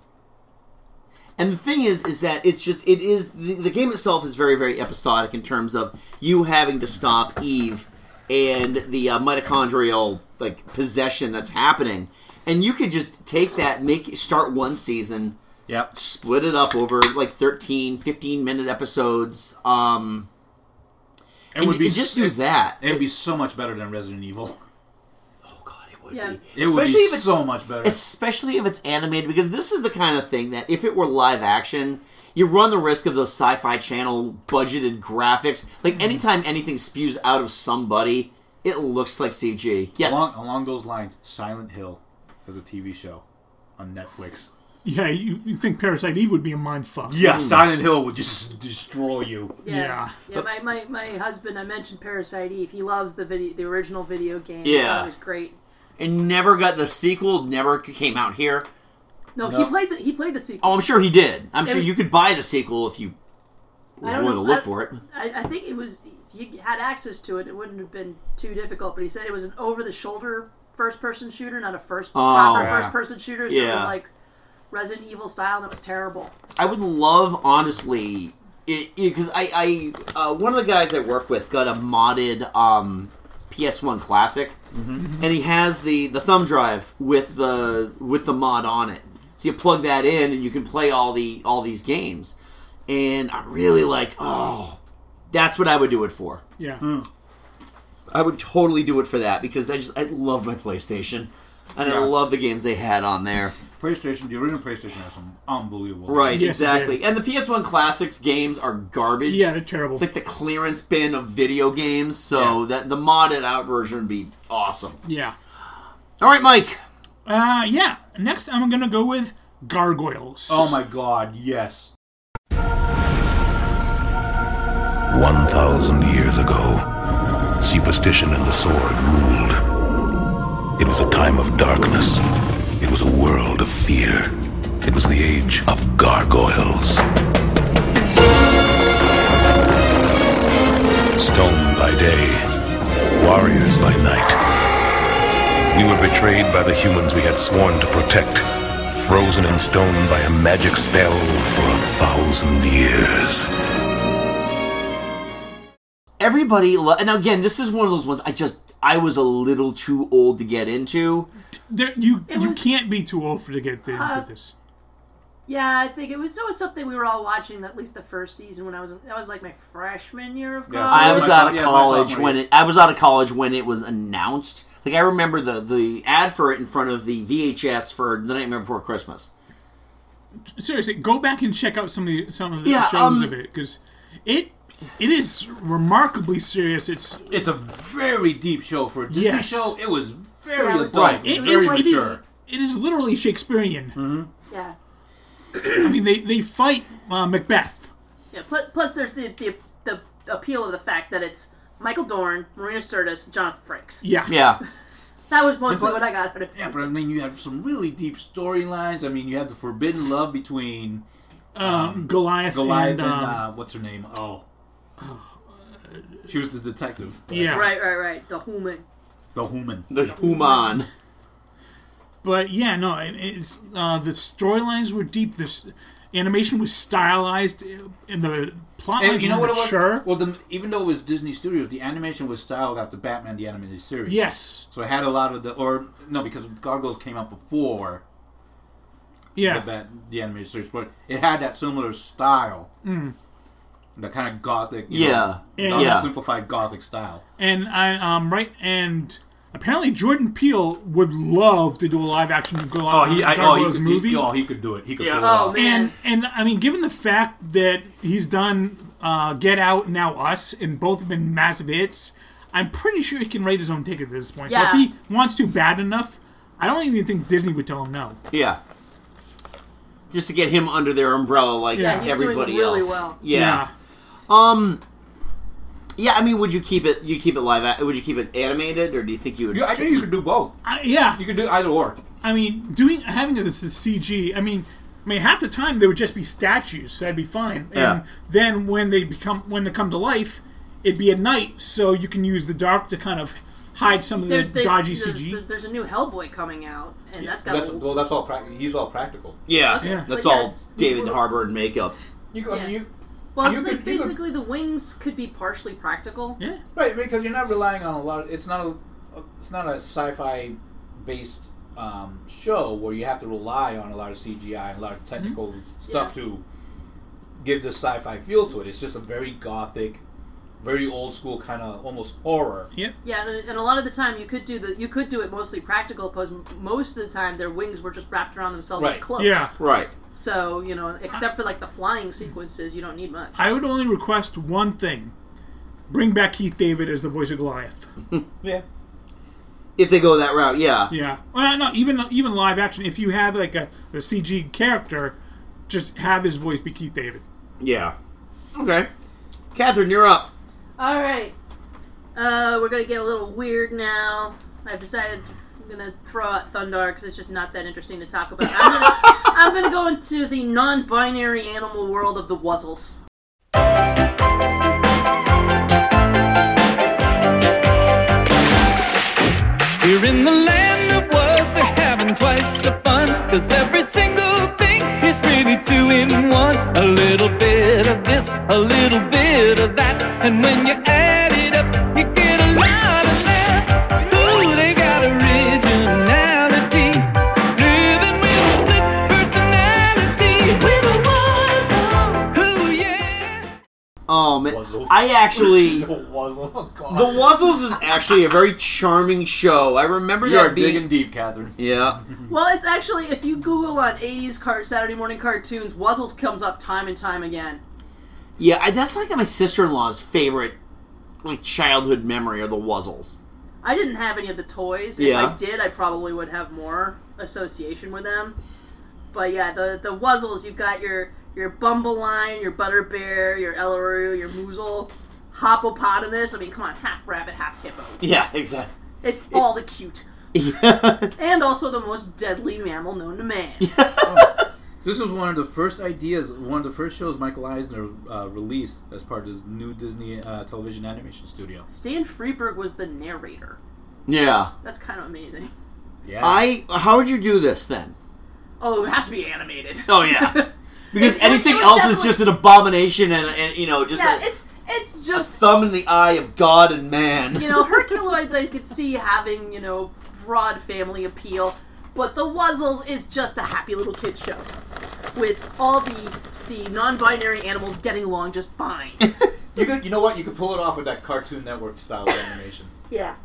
C: And the thing is, is that it's just it is the, the game itself is very very episodic in terms of you having to stop Eve and the uh, mitochondrial like possession that's happening, and you could just take that make start one season.
D: Yep.
C: Split it up over like 13, 15 minute episodes. Um, and,
D: would be
C: and just
D: s-
C: do that. Oh,
D: It would be so much better than Resident Evil.
E: yeah.
D: It would
C: Especially
D: be
C: if it's-
D: so much better.
C: Especially if it's animated, because this is the kind of thing that if it were live action, you run the risk of those sci fi channel budgeted graphics.
E: Mm-hmm.
C: Like anytime anything spews out of somebody, it looks like CG. Yes.
D: Along, along those lines, Silent Hill is a TV show on Netflix.
F: Yeah, you, you think Parasite Eve would be a mind fuck?
D: Yeah,
C: Hmm.
D: Silent Hill would just destroy you.
E: Yeah, yeah. my, my, my husband, I mentioned Parasite Eve. He loves the video, the original video game. He thought
C: Yeah.
E: it was great.
C: It never got the sequel, never came out here.
E: No,
C: No.
E: he played the he played the sequel.
C: Oh, I'm sure he did. I'm
E: It
C: sure
E: was-
C: you could buy the sequel if you
E: I don't
C: wanted to
E: know-
C: look
E: I-
C: for it.
E: I, I think it was he had access to it. It wouldn't have been too difficult. But he said it was an over-the-shoulder first-person shooter, not a first
C: Oh,
E: proper
C: yeah.
E: first-person shooter. So it was
C: Yeah.
E: like Resident Evil style, and it was terrible.
C: I would love, honestly, because I, I uh, one of the guys I work with got a modded um, PS1 Classic,
D: Mm-hmm.
C: and he has the the thumb drive with the with the mod on it. So you plug that in, and you can play all the all these games. And I'm really like, oh, that's what I would do it for.
F: Yeah.
C: I would totally do it for that because I just I love my PlayStation, and I
D: Yeah.
C: love the games they had on there.
D: PlayStation, the original PlayStation has some unbelievable.
C: Right,
D: games.
C: exactly. And the PS1 classics games are garbage.
D: Yeah,
F: they're terrible.
C: It's like the clearance bin of video games. So that the modded out version would be awesome.
F: Yeah.
C: All right, Mike.
F: Uh, yeah. Next, I'm gonna go with gargoyles.
D: Oh my god, yes.
O: 1,000 years ago, superstition and the sword ruled. It was a time of darkness. It was a world of fear. It was the age of gargoyles. Stone by day, warriors by night. We were betrayed by the humans we had sworn to protect, frozen in stone by a magic spell for a thousand years.
C: Everybody, lo- and again, this is one of those ones I just I was a little too old to get into.
F: There, you you can't be too old for to get into
E: Uh,
F: this.
E: Yeah, I think it was always something we were all watching. At least the first season when I was that was like my freshman year of college.
C: I was out of
D: yeah, my
C: college
D: sophomore
C: when
D: year.
C: it. I was out of college when it was announced. Like I remember the the ad for it in front of the VHS for The Nightmare Before Christmas.
F: Seriously, go back and check out some of the some of the
C: Yeah,
F: shows
C: um,
F: of it because it it is remarkably serious. It's
D: it's a very deep show for a Disney show. It was very
F: Right.
D: adult,
F: It- it-
D: very
F: it is-
D: mature.
F: it is literally Shakespearean.
E: Yeah.
F: I mean, they they fight uh, Macbeth.
E: Yeah. Plus, plus there's the, the the appeal of the fact that it's Michael Dorn, Marina Sirtis, Jonathan Frakes.
F: Yeah.
C: Yeah.
E: That was mostly
D: But-
E: what I got out of it.
D: Yeah, but I mean, you have some really deep storylines. I mean, you have the forbidden love between
F: Um, Goliath,
D: Goliath and,
F: and, um,
D: uh, what's her name? Oh, she was the detective.
E: Right, right, right. The human.
D: the human,
C: the human.
F: But yeah, no, it, it's uh, the storylines were deep. This animation was stylized, uh, and the plot
D: And
F: lines
D: you know
F: were
D: what it was?
F: mature.
D: Well, the, even though it was Disney Studios, the animation was styled after Batman the Animated Series.
F: Yes.
D: So it had a lot of the, or no, because Gargoyles came out before.
F: Yeah.
D: The, Bat, the animated series, but it had that similar style,
F: Mm.
D: the kind of gothic, you
C: Yeah.
D: know,
F: And-
D: not
F: Yeah.
D: simplified gothic style.
F: And I um right and apparently Jordan Peele would love to do a live action go
D: Oh, he, I, oh, he
F: Gargoyles
D: could,
F: movie.
D: He, oh, he could do it. He could pull it
E: Oh,
D: off.
F: and and I mean, given the fact that he's done uh, Get Out now Us, and both have been massive hits, I'm pretty sure he can write his own ticket at this point.
E: Yeah.
F: So if he wants to bad enough, I don't even think Disney would tell him no.
C: Yeah. Just to get him under their umbrella like
F: Yeah, he's
C: everybody
F: doing really
C: else.
F: well.
C: Yeah. Um Yeah, I mean, would you keep it you keep it live a- would you keep it animated or do you think you would
D: Yeah, I think Oh. you could do both.
F: I, yeah, you
D: could do either or.
F: I mean, doing having this is CG. I mean, I mean half the time they would just be statues. So that'd be fine.
C: Yeah.
F: And then when they become when they come to life, it'd be at night, so you can use the dark to kind of hide some of the
E: There- there-
F: dodgy
E: there's,
F: CG.
E: There's a new Hellboy coming out, and that's got.
D: That's,
E: a,
D: well, that's all. prac- He's all practical.
C: Yeah.
E: Okay,
C: That's
E: but yeah,
C: all
E: it's-
C: David Harbour and makeup.
D: You, could- I mean, you,
E: well,
D: you
E: it's
D: could-
E: like
D: you could-
E: basically the wings could be partially practical.
F: Yeah.
D: Right, because you're not relying on a lot. Of, it's not a, it's not a sci-fi based um, show where you have to rely on a lot of CGI and a lot
C: Mm-hmm.
D: of technical stuff to give the sci-fi feel to it. It's just a very gothic, very old school kind of almost horror.
F: Yep.
E: Yeah, and, and a lot of the time you could do the you could do it mostly practical, because most of the time their wings were just wrapped around themselves as
F: Right.
E: cloaks.
F: Yeah.
C: Right.
E: So you know, except for like the flying sequences, you don't need much.
F: I would only request one thing: bring back Keith David as the voice of Goliath.
D: yeah.
C: If they go that route, yeah.
F: Yeah. Well, no, even even live action. If you have like a, a CG character, just have his voice be Keith David.
C: Yeah. Okay. Catherine, you're up.
E: All right, uh, we're gonna get a little weird now. I've decided I'm gonna throw out Thundar because it's just not that interesting to talk about. I'm gonna, I'm gonna go into the non-binary animal world of the Wuzzles.
P: We're in the land of was, they're having twice the fun. Cause every single thing is really two in one. A little bit of this, a little bit of that. And when you add it up, you get a lot of that. Ooh, they got originality. Living with a split personality. We're the Wuzzles. Ooh, yeah.
C: Um, I actually
D: Wuzzle.
C: The Wuzzles is actually a very charming show. I remember
D: You
C: that
D: are
C: being
D: digging deep, Catherine.
C: Yeah.
E: Well, it's actually if you Google on '80s car- Saturday morning cartoons, Wuzzles comes up time and time again.
C: Yeah, I, that's like my sister-in-law's favorite like childhood memory are the Wuzzles.
E: I didn't have any of the toys. If
C: Yeah.
E: I did, I probably would have more association with them. But yeah, the the Wuzzles, you've got your your Bumbleline, your Butterbear, your Ellaroo, your Moozle, Hoppopotamus. I mean, come on, half rabbit, half hippo.
C: Yeah, exactly.
E: It's all the cute. and also the most deadly mammal known to man.
D: This was one of the first ideas, one of the first shows Michael Eisner uh, released as part of his new Disney uh, television animation studio.
E: Stan Freeberg was the narrator.
C: Yeah.
E: That's kind of amazing.
D: Yeah.
C: I how would you do this then?
E: Oh, it would have to be animated.
C: Oh yeah.
E: It-
C: Because
E: it
C: anything
E: would
C: else is
E: definitely-
C: just an abomination and, and you know just
E: yeah,
C: a
E: it's it's just
C: thumb in the eye of God and man.
E: you know, Herculoids I could see having, you know, broad family appeal, but the Wuzzles is just a happy little kid show. With all the the non binary animals getting along just fine.
Q: You could, you know what? You could pull it off with that Cartoon Network style animation.
E: yeah.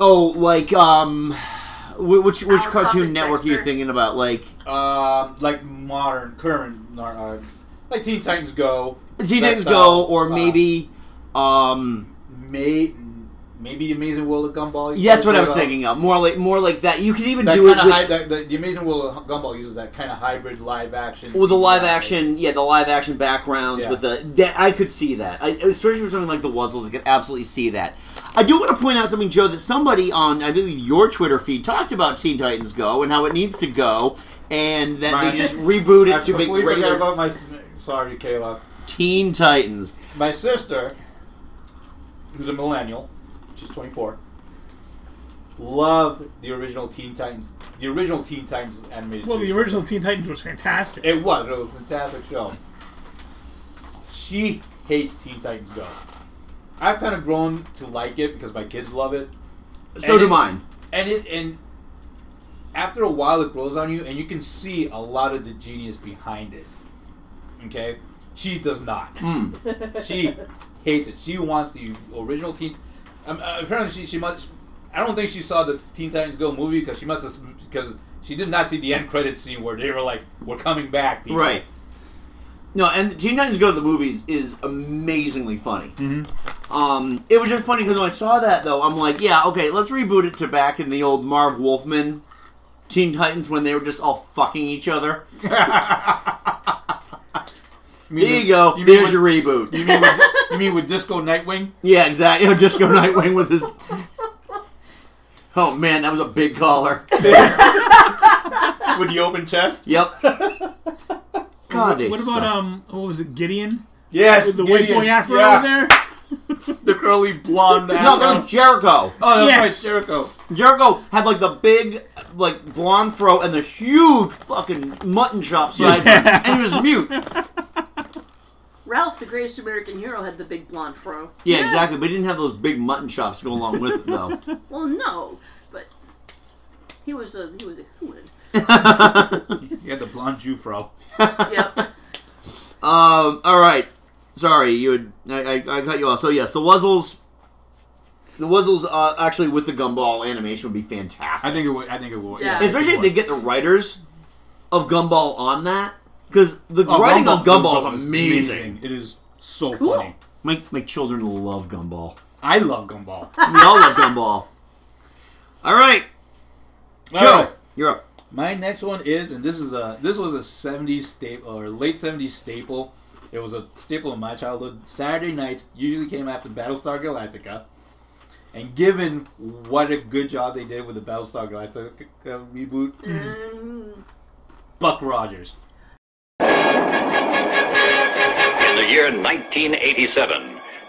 C: Oh, like um, wh- which which
Q: Our
C: Cartoon
Q: puppet
C: Network are you
Q: Dexter.
C: thinking about? Like
Q: Um, like modern, current, uh, like Teen Titans Go.
C: Teen
Q: that
C: Titans
Q: style. Uh,
C: Go, or maybe um,
Q: may maybe Amazing World of Gumball. you
C: Yes,
Q: could
C: what I
Q: pull
C: was
Q: it off.
C: thinking of. More like more like that. You could even
Q: That
C: do it
Q: kind of
C: with,
Q: the, the Amazing World of Gumball uses that kind of hybrid live action.
C: with the
Q: CGI.
C: live action. Yeah, the live action backgrounds
Q: Yeah.
C: with the that I could see that. I, especially with something like the Wuzzles, I could absolutely see that. I do want to point out something, Joe, that somebody on I believe your Twitter feed talked about Teen Titans Go and how it needs to go, and that
Q: Mine-
C: they just rebooted
Q: I
C: to make
Q: completely forgot
C: regular
Q: about my. Sorry, Kayla.
C: Teen Titans.
Q: My sister, who's a millennial, she's 24, loved the original Teen Titans. The original Teen Titans animated.
F: Well, the
Q: series.
F: original Teen Titans was fantastic.
Q: It was. It was a fantastic show. She hates Teen Titans Go. I've kind of grown to like it because my kids love it.
C: So do
Q: it's-
C: mine.
Q: And it and after a while, it grows on you, and you can see a lot of the genius behind it. Okay, she does not.
B: Hmm.
Q: she hates it. She wants the original Teen. Um, uh, apparently, she she must. I don't think she saw the Teen Titans Go movie because she must have because she did not see the end credit scene where they were like, "We're coming back." people."
C: Right. No, and Teen Titans Go to the Movies is amazingly funny. Mm-hmm. Um, it was just funny because when I saw that, though, I'm like, yeah, okay, let's reboot it to back in the old Marv Wolfman Teen Titans when they were just all fucking each other.
Q: mean
C: there
Q: with-
C: you go.
Q: you mean
C: There's
Q: with-
C: your reboot.
Q: You mean with, you mean with Disco Nightwing?
C: yeah, exactly. You know, Disco Nightwing with his. Oh man, that was a big collar.
Q: With the open chest?
C: Yep. God, they
F: what
C: suck.
F: about um? What was it, Gideon?
Q: Yes,
F: with the
Q: Gideon,
F: white boy afro
Q: yeah.
F: over there.
Q: the curly blonde.
C: No,
F: uh,
C: that was Jericho.
Q: Oh, that was
F: Yes.
Q: right, Jericho.
C: Jericho had like the big, like blonde fro and the huge fucking mutton chop side, and he was mute.
E: Ralph, the greatest American hero, had the big blonde fro.
C: Yeah, exactly. But he didn't have those big mutton chops to go along with it, though.
E: Well, no, but he was a he was a hood.
Q: You had the blonde Jew fro.
E: yep.
C: Um. All right. Sorry, you had I, I, I cut you off. So yes, the Wuzzles. The Wuzzles uh, actually with the gumball animation would be fantastic.
D: I think it would. I think it would.
E: Yeah.
C: Especially if they get the writers of Gumball on that, because the
D: Oh,
C: writing on Gumball,
D: Gumball
C: is
D: is
C: amazing.
D: amazing. It is so funny.
C: My my children love Gumball.
D: I love Gumball.
C: We all love Gumball. All right,
D: Joe,
C: you're up.
D: My next one is, and this is a this was a '70s staple or late '70s staple. It was a staple in my childhood. Saturday nights usually came after Battlestar Galactica, and given what a good job they did with the Battlestar Galactica uh, reboot,
E: Mm.
D: Buck Rogers.
R: In the year 1987,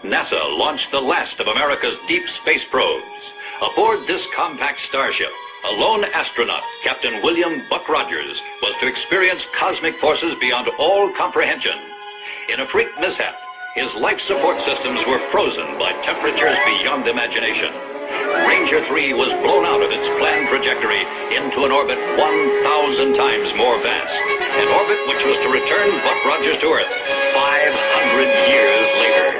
R: NASA launched the last of America's deep space probes. Aboard this compact starship, a lone astronaut, Captain William Buck Rogers, was to experience cosmic forces beyond all comprehension. In a freak mishap, his life support systems were frozen by temperatures beyond imagination. Ranger 3 was blown out of its planned trajectory into an orbit 1,000 times more vast, an orbit which was to return Buck Rogers to Earth 500 years later.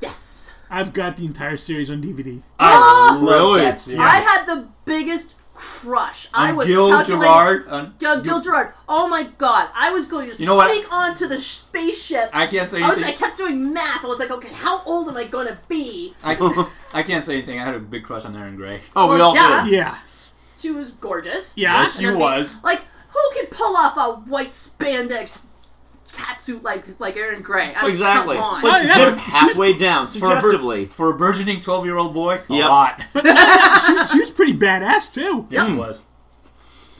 E: Yes.
F: I've got the entire series on DVD.
E: I love that series. Oh, I had the biggest crush. I
F: On
E: was
F: Gil
E: calculating-
F: Gerard?
L: On-
E: Gil, Gil Gerard. Oh my god! I was going to
L: You know what?
E: sneak onto the spaceship.
L: I can't say
E: I, was, I
L: anything.
E: kept doing math. I was like, okay, how old am I going to be?
C: Oh,
L: I, I can't say anything. I had a big crush on Aaron Gray.
E: Oh, we Well, all yeah. did.
F: Yeah.
E: She was gorgeous.
L: Yeah. Yes, she
E: And I mean,
L: was.
E: Like, who can pull off a white spandex catsuit like like Aaron Gray? I mean,
C: exactly.
E: Come on.
C: Like zip halfway down, superbly.
L: For a burgeoning 12 year old boy?
C: Yep.
L: A lot.
F: she, she was pretty badass too.
C: Yeah, it was.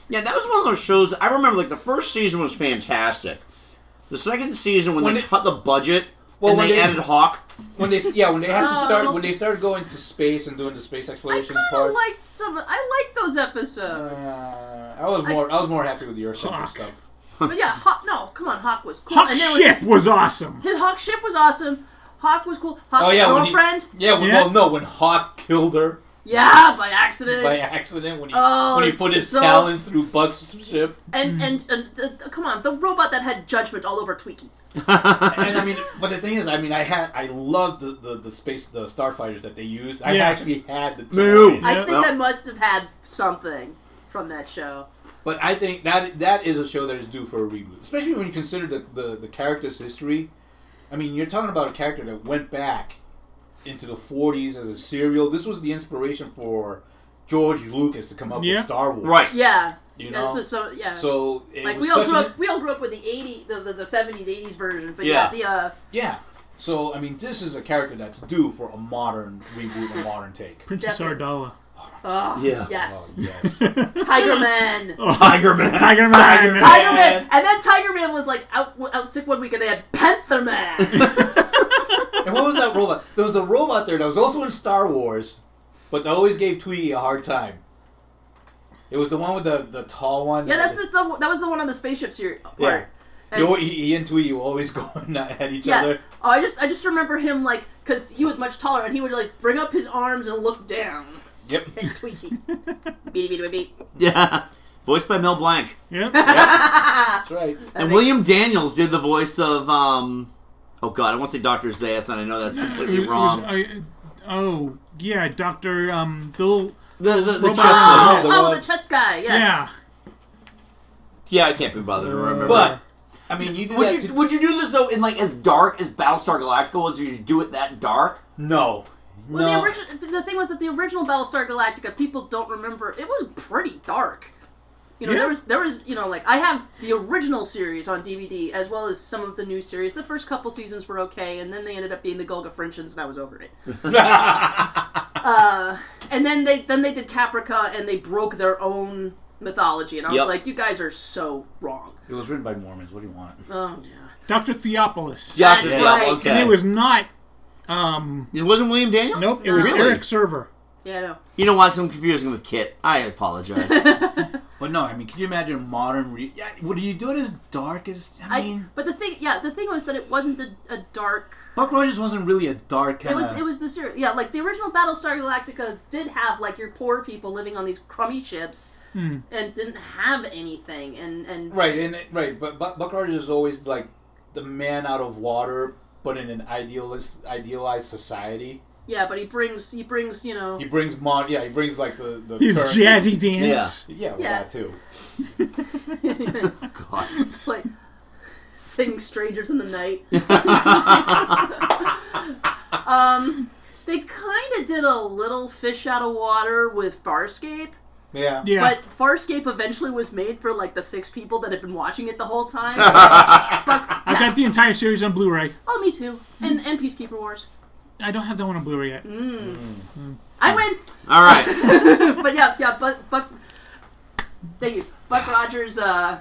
C: Yeah, that was one of those shows. I remember, like the first season was fantastic. The second season, when,
D: When
C: they
D: it-
C: cut the budget
D: Well,
C: and
D: when
C: they,
D: they-
C: added Hawk,
D: when they yeah when they had to
E: Oh.
D: start when they started going to space and doing the space explorations
E: I
D: part.
E: liked some. I liked those episodes.
D: uh, I was more I was more happy with the Earth Central stuff.
E: But yeah, Hawk. No, come on, Hawk was cool.
F: Hawk
E: And there
F: Ship
E: his-
F: was awesome.
E: His Hawk ship was awesome. Hawk was cool. Hawk's
D: oh yeah, when he-
E: girlfriend.
D: yeah, when, well no, when Hawk killed her
E: yeah, by accident.
D: by accident when he
E: Oh,
D: when he
E: it's
D: put his
E: so-
D: talons through Buck's ship.
E: And and, and the, come on, the robot that had judgment all over Tweaky.
D: and I mean, but the thing is, I mean, I had I loved the the, the space the starfighters that they used. I
L: Yeah.
D: actually had the
L: Me too.
D: toys.
E: I think I must have had something from that show.
D: But I think that that is a show that is due for a reboot, especially when you consider the, the, the character's history. I mean, you're talking about a character that went back into the 40s as a serial. This was the inspiration for George Lucas to come up
E: Yeah.
D: with Star Wars,
E: Yeah.
D: You
E: Yeah,
D: know,
E: this was so yeah.
D: So it
E: like
D: was
E: we all
D: such
E: grew
D: an-
E: up, we all grew up with the eighty, the the- the seventies, eighties version. But yeah,
D: Yeah.
E: the uh,
D: yeah. So I mean, this is a character that's due for a modern reboot, a modern take.
F: Princess Ardala.
E: oh,
F: Yeah.
E: yes,
D: yes.
E: Tiger Man.
D: Oh.
F: Tiger Man. Tiger Man.
E: Tiger Man, and then Tiger Man was like out, out sick one week, and they had Panther Man.
D: and what was that robot? There was a robot there that was also in Star Wars, but they always gave Tweety a hard time. It was the one with the, the tall one.
E: Yeah, that's, that's the that was the one on the spaceship series.
D: yeah.
E: And-
D: You, he, he and Tweety were always going at each
E: yeah.
D: other.
E: Oh, I just I just remember him like because he was much taller, and he would like bring up his arms and look down.
D: Yep.
E: And Tweaky. beep beep beep beep.
C: yeah, voiced by Mel Blanc.
F: Yeah,
E: that's
D: right.
C: and William Daniels did the voice of um. Oh God, I want to say Doctor Zayas, and I know that's completely
F: It was-
C: wrong.
F: I- oh yeah, Doctor um the little
C: the, the
E: Oh, oh, the chest guy. Yes.
F: Ah, Yeah.
C: Yeah, I can't be bothered to remember.
D: But I mean, you do
C: would
D: that
C: you would you do this though in like as dark as Battlestar Galactica was? Would you do it that dark?
D: No.
E: Well, the original the thing was that the original Battlestar Galactica people don't remember. It was pretty dark. You know,
F: Yeah.
E: there was there was you know like I have the original series on DVD as well as some of the new series. The first couple seasons were okay, and then they ended up being the Golga Frenchins, and I was over it. uh, and then they then they did Caprica, and they broke their own mythology, and I was
L: Yep.
E: like, you guys are so wrong.
L: It was written by Mormons. What do you want?
E: Oh,
F: Doctor Theopolis.
L: Dr. That's Theopolis, right. okay.
F: And it was not. Um,
C: it wasn't William Daniels.
F: Nope, it was
C: No.
F: Eric Server.
E: yeah, I know.
C: You know why? 'Cause I'm confusing with Kit. I apologize.
D: but no, I mean, can you imagine modern? Re- yeah, would you do it as dark as? I mean,
E: I, but the thing, yeah, the thing was that it wasn't a, a dark
D: Buck Rogers wasn't really a dark kind
E: It was it
D: of.
E: was the series, yeah. Like the original Battlestar Galactica did have like your poor people living on these crummy ships
D: Hmm.
E: and didn't have anything, and and
D: Right, and right, but Buck, Buck Rogers is always like the man out of water, but in an idealist, idealized society.
E: yeah, but he brings he brings you know
D: He brings mod, yeah, he brings like the the
F: His
D: current-
F: jazzy dance.
D: Yeah, yeah, well,
E: Yeah.
D: that too.
E: like sing strangers in the night. um, they kind of did a little fish out of water with Farscape.
D: Yeah.
E: But Farscape eventually was made for like the six people that had been watching it the whole time. So,
F: I've got the entire series on Blu-ray.
E: oh, me too. And and Peacekeeper Wars.
F: I don't have that one on Blu-ray yet.
E: Mm. I win.
C: All right.
E: but yeah, yeah, but Buck. Thank you, Buck Rogers. Uh,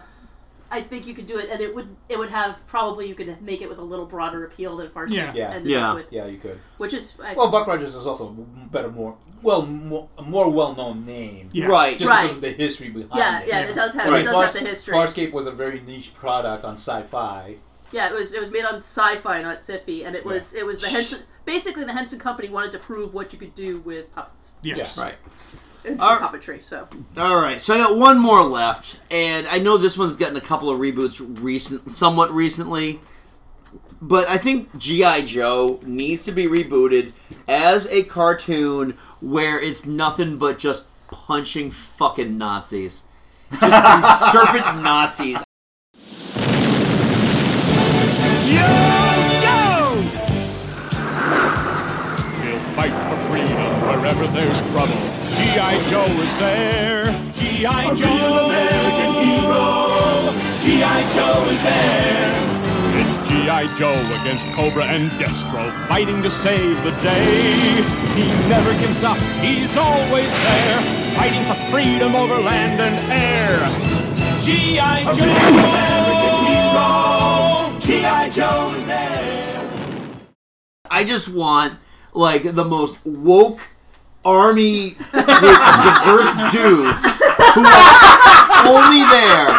E: I think you could do it, and it would it would have probably you could make it with a little broader appeal than Farscape.
D: Yeah, yeah,
E: ended up
D: yeah,
E: with,
D: you could.
E: Which is I,
D: Well, Buck Rogers is also a better, more well, more, a more well-known name,
E: Yeah. Right.
D: Just
E: Right.
D: because of the history behind
E: Yeah,
D: it.
E: yeah, it does have-
D: I
E: it
D: mean,
E: does have the history.
D: Farscape was a very niche product on sci-fi.
E: Yeah, it was it was made on Sci-Fi, not Sci-Fi, and it was it was the Henson. Basically, the Henson Company wanted to prove what you could do with puppets.
C: Yes. Right.
E: And
C: Our-
E: puppetry. So
C: All right, so I got one more left, and I know this one's gotten a couple of reboots recent, somewhat recently. but I think GI Joe needs to be rebooted as a cartoon where it's nothing but just punching fucking Nazis, just these serpent Nazis.
S: We'll fight for freedom wherever there's trouble. G.I. Joe is there. G.I. Joe. American hero. G.I. Joe is there. It's G.I. Joe against Cobra and Destro, fighting to save the day. He never gives up, he's always there, fighting for freedom over land and air. G.I. Joe! American hero! G.I. Joe is there!
C: I just want like the most woke army like, diverse dudes who are only there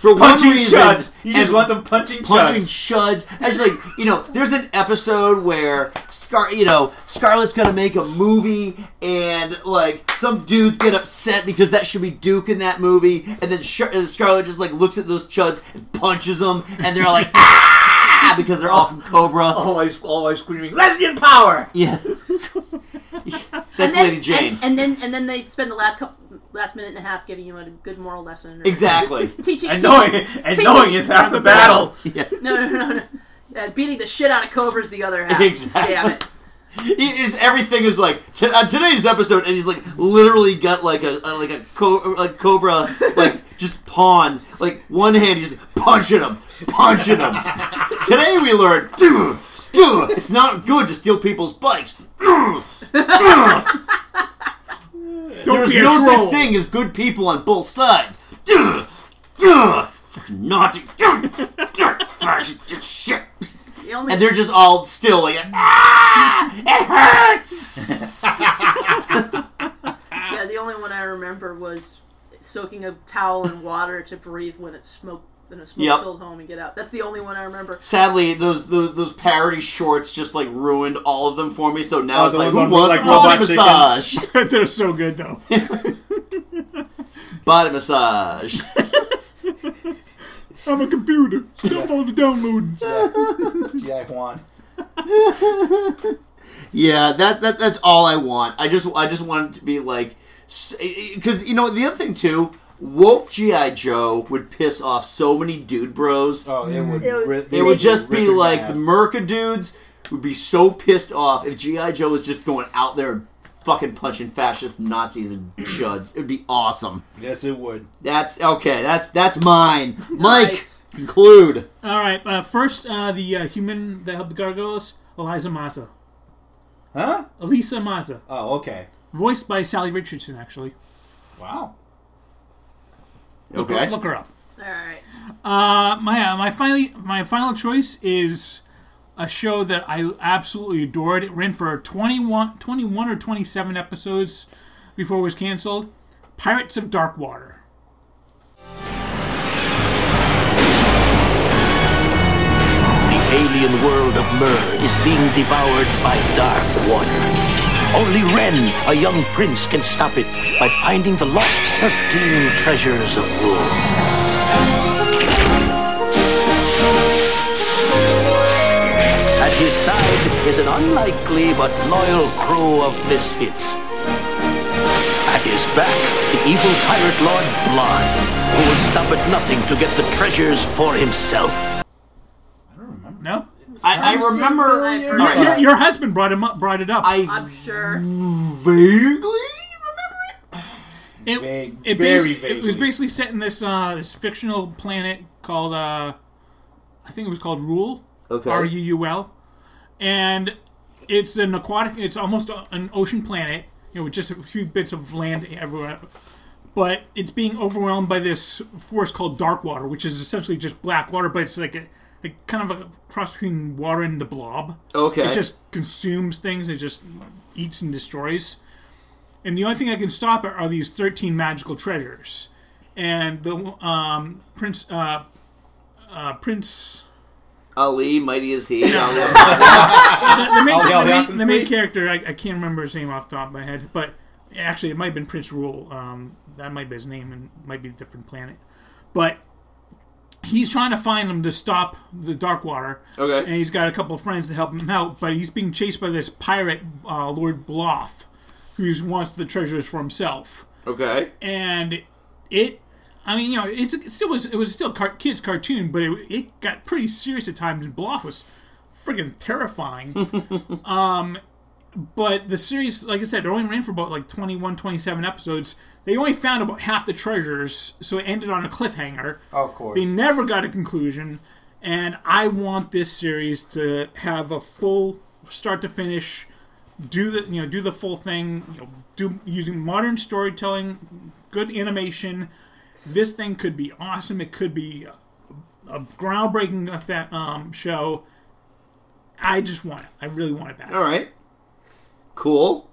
C: for
D: Punching
C: one reason.
D: chuds. You just
C: want them punching punching chuds. And it's like you know, there's an episode where Scar, you know, Scarlett's gonna make a movie, and like some dudes get upset because that should be Duke in that movie, and then Sh- and Scarlett just like looks at those chuds and punches them, and they're like. ah, Because they're all from Cobra.
D: Oh,
C: Always, always screaming,
E: Lesbian power!
C: Yeah. That's
E: And then-
C: Lady Jane.
E: And, and then and then they spend the last couple, last minute and a half giving you a good moral lesson. or-
C: Exactly.
E: teaching
C: And knowing-
E: teaching-
C: and
E: teaching-
C: knowing is half the battle. Yeah.
E: No, no, no, no. Uh, beating the shit out of Cobra's the other half.
C: Exactly.
E: Damn it.
C: It is everything is like t- on today's episode, and he's like literally got like a, a like a co- like cobra like just pawn like one hand he's just punching him, punching him. Today we learned, "Duh, duh, it's not good to steal people's bikes. Duh, duh." There's
B: be a
C: no
B: troll.
C: such thing as good people on both sides. Duh, duh, fucking Nazi, duh, duh, fascist, shit.
E: The only-
C: And they're just all still like, ah, it hurts.
E: yeah, the only one I remember was soaking a towel in water to breathe when it's smoke in a smoke filled home and get out. That's the only one I remember.
C: Sadly, those, those those parody shorts just like ruined all of them for me. So now
F: Oh,
C: it's
F: the
C: like,
F: ones
C: who
F: on-
C: wants
F: like
C: a body
F: Robot Chicken.
C: massage?
F: They're so good though.
C: body massage.
F: I'm a computer. Stop all the downloading.
D: Yeah, Juan.
C: Yeah, that, that that's all I want. I just I just want it to be like, because you know the other thing too, woke GI Joe would piss off so many dude bros. Oh,
D: it would It would- rip-
C: It
D: it
C: would
D: would
C: just be
D: rip your
C: like
D: man.
C: the Merca dudes would be so pissed off if GI Joe was just going out there and fucking punching fascist Nazis and chuds. It'd be awesome.
D: Yes, it would.
C: That's okay. That's that's mine. Mike, conclude.
F: All right. Uh, first, uh, the uh, human that helped the gargoyles, Eliza Maza.
D: Huh?
F: Elisa Maza.
D: Oh, okay.
F: Voiced by Sally Richardson, actually.
D: Wow.
F: Look,
D: Okay.
F: Her, look her up.
E: All right.
F: Uh, my uh, my finally my final choice is a show that I absolutely adored. It ran for 21, 21 or twenty seven episodes before it was canceled. Pirates of Dark Water.
T: The alien world of Myrrh is being devoured by dark water. Only Ren, a young prince, can stop it by finding the lost 13 treasures of Rule. At his side is an unlikely but loyal crew of misfits. At his back, the evil pirate lord Blon, who will stop at nothing to get the treasures for himself.
F: No,
C: I, I remember.
F: Your,
C: Uh,
F: your, your husband brought him up. Brought it up. I,
E: I'm sure.
C: Vaguely.
F: It, it, bas-
D: very
F: it was basically set in this uh, this fictional planet called uh, I think it was called Rule.
C: Okay.
F: R U U L, and it's an aquatic. It's almost a, an ocean planet. You know, with just a few bits of land everywhere. But it's being overwhelmed by this force called dark water, which is essentially just black water, but it's like a, like kind of a cross between water and the blob.
C: Okay.
F: It just consumes things. It just eats and destroys. And the only thing I can stop it are these thirteen magical treasures, and the um, prince uh, uh, prince.
C: Ali, mighty as he. Ali.
F: the, the main,
C: Ali,
F: the
C: Ali,
F: main-
C: Austin
F: the main
C: Creed.
F: character, I, I can't remember his name off the top of my head, but actually, it might have been Prince Rule. Um, that might be his name, and might be a different planet. But he's trying to find him to stop the Darkwater.
C: Okay.
F: And he's got a couple of friends to help him out, but he's being chased by this pirate, uh, Lord Bloth, who wants the treasures for himself.
C: Okay.
F: And it, I mean, you know, it's it still was it was still car- kids cartoon, but it, it got pretty serious at times, and Bloth was friggin' terrifying. um, but the series, like I said, it only ran for about like 21, 27 episodes. They only found about half the treasures, so it ended on a cliffhanger.
D: Oh,
M: Of course.
F: They never got a conclusion, and I want this series to have a full start to finish. Do the you know do the full thing. You know, do using modern storytelling, good animation. This thing could be awesome. It could be a, a groundbreaking effect, um, show. I just want it. I really want it back.
C: All right. Cool.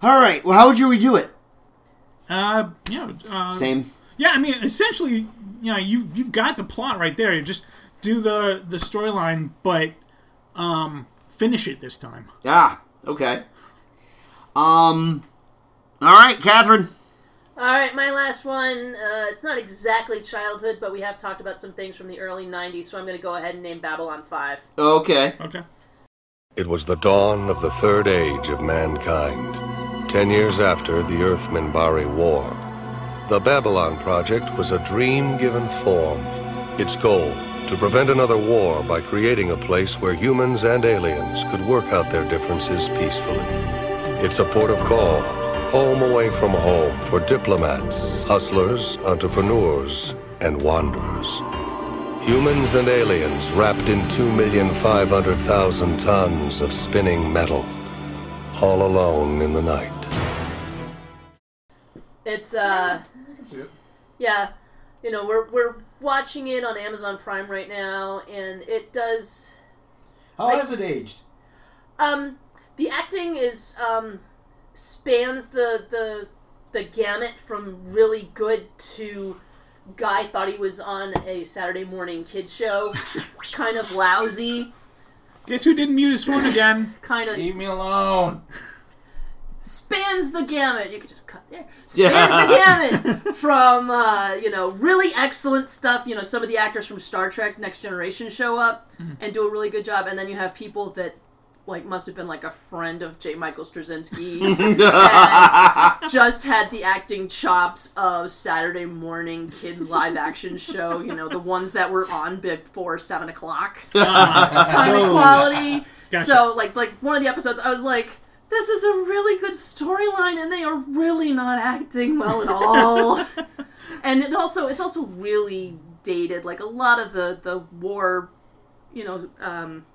C: All right. Well, how would you redo it?
F: Uh, you know,
D: Um,
F: uh,
C: Same.
F: Yeah, I mean, essentially, you know, you you've got the plot right there. You just do the the storyline, but um, finish it this time.
C: Ah. Okay. Um. All right, Catherine.
E: All right, my last one. Uh, it's not exactly childhood, but we have talked about some things from the early '90s, so I'm going to go ahead and name Babylon Five.
C: Okay.
F: Okay.
O: It was the dawn of the third age of mankind, ten years after the Earth Minbari War. The Babylon Project was a dream given form. Its goal to prevent another war by creating a place where humans and aliens could work out their differences peacefully. It's a port of call, home away from home for diplomats, hustlers, entrepreneurs, and wanderers. Humans and aliens wrapped in 2,500,000 tons of spinning metal, all alone in the night.
E: It's uh,
Q: it.
E: yeah, you know, we're we're watching it on Amazon Prime right now, and it does.
M: How
E: like-
M: has it aged?
E: Um, the acting is um, spans the the the gamut from really good to guy thought he was on a Saturday morning kid show, kind of lousy,
F: Guess who didn't mute his phone again?
E: kind of
M: me alone.
E: spans the gamut. You could just cut there.
F: Yeah.
E: Spans the gamut from uh, you know really excellent stuff. You know some of the actors from Star Trek Next Generation show up and do a really good job, and then you have people that like must have been like a friend of J. Michael Straczynski and just had the acting chops of Saturday morning kids live action show. You know the ones that were on before seven o'clock. Kind of
B: Those.
E: quality.
B: Gotcha.
E: So like like one of the episodes, I was like. This is a really good storyline, and they are really not acting well at all and it also it's also really dated like a lot of the the war you know um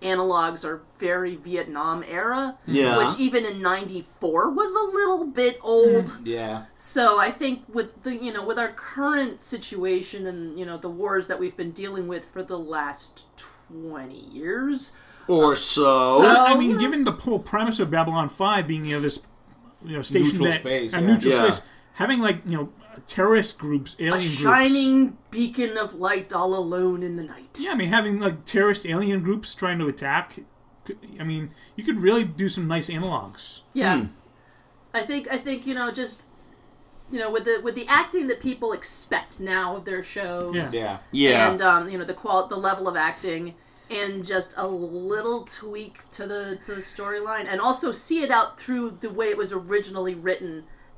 E: analogs are very vietnam era
M: Yeah.
E: which even in 94 was a little bit old
M: Yeah.
E: so i think with the you know with our current situation and you know the wars that we've been dealing with for the last 20 years um,
C: Or so.
F: Well,
E: Oh,
F: I mean, given the whole premise of Babylon Five being you know this you know station
C: Neutral
F: that-
C: space,
F: a
C: yeah.
F: neutral
C: Yeah.
F: space, having like you know terrorist groups, alien
E: a
F: groups,
E: shining beacon of light all alone in the night
F: Yeah, I mean, having like terrorist alien groups trying to attack. could- I mean, you could really do some nice analogs.
E: Yeah. I think I think you know just you know with the with the acting that people expect now of their shows.
M: Yeah.
C: Yeah. Yeah.
D: uh,
E: And um, you know the qual the level of acting and just a little tweak to the to the storyline and also see it out through the way it was originally written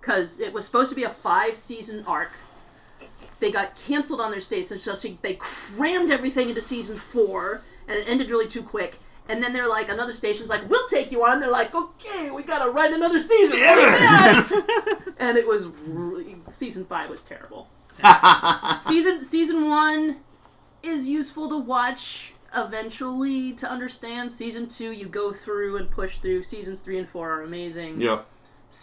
E: cuz it was supposed to be a 5 season arc. They got canceled on their station so she, they crammed everything into season 4 and it ended really too quick. And then they're like, another station's like, we'll take you on. they're like, okay, we gotta write another season. pretty fast." and it was really, season five was terrible. season season one is useful to watch eventually to understand. Season two, you go through and push through. Seasons three and four are amazing.
C: Yeah.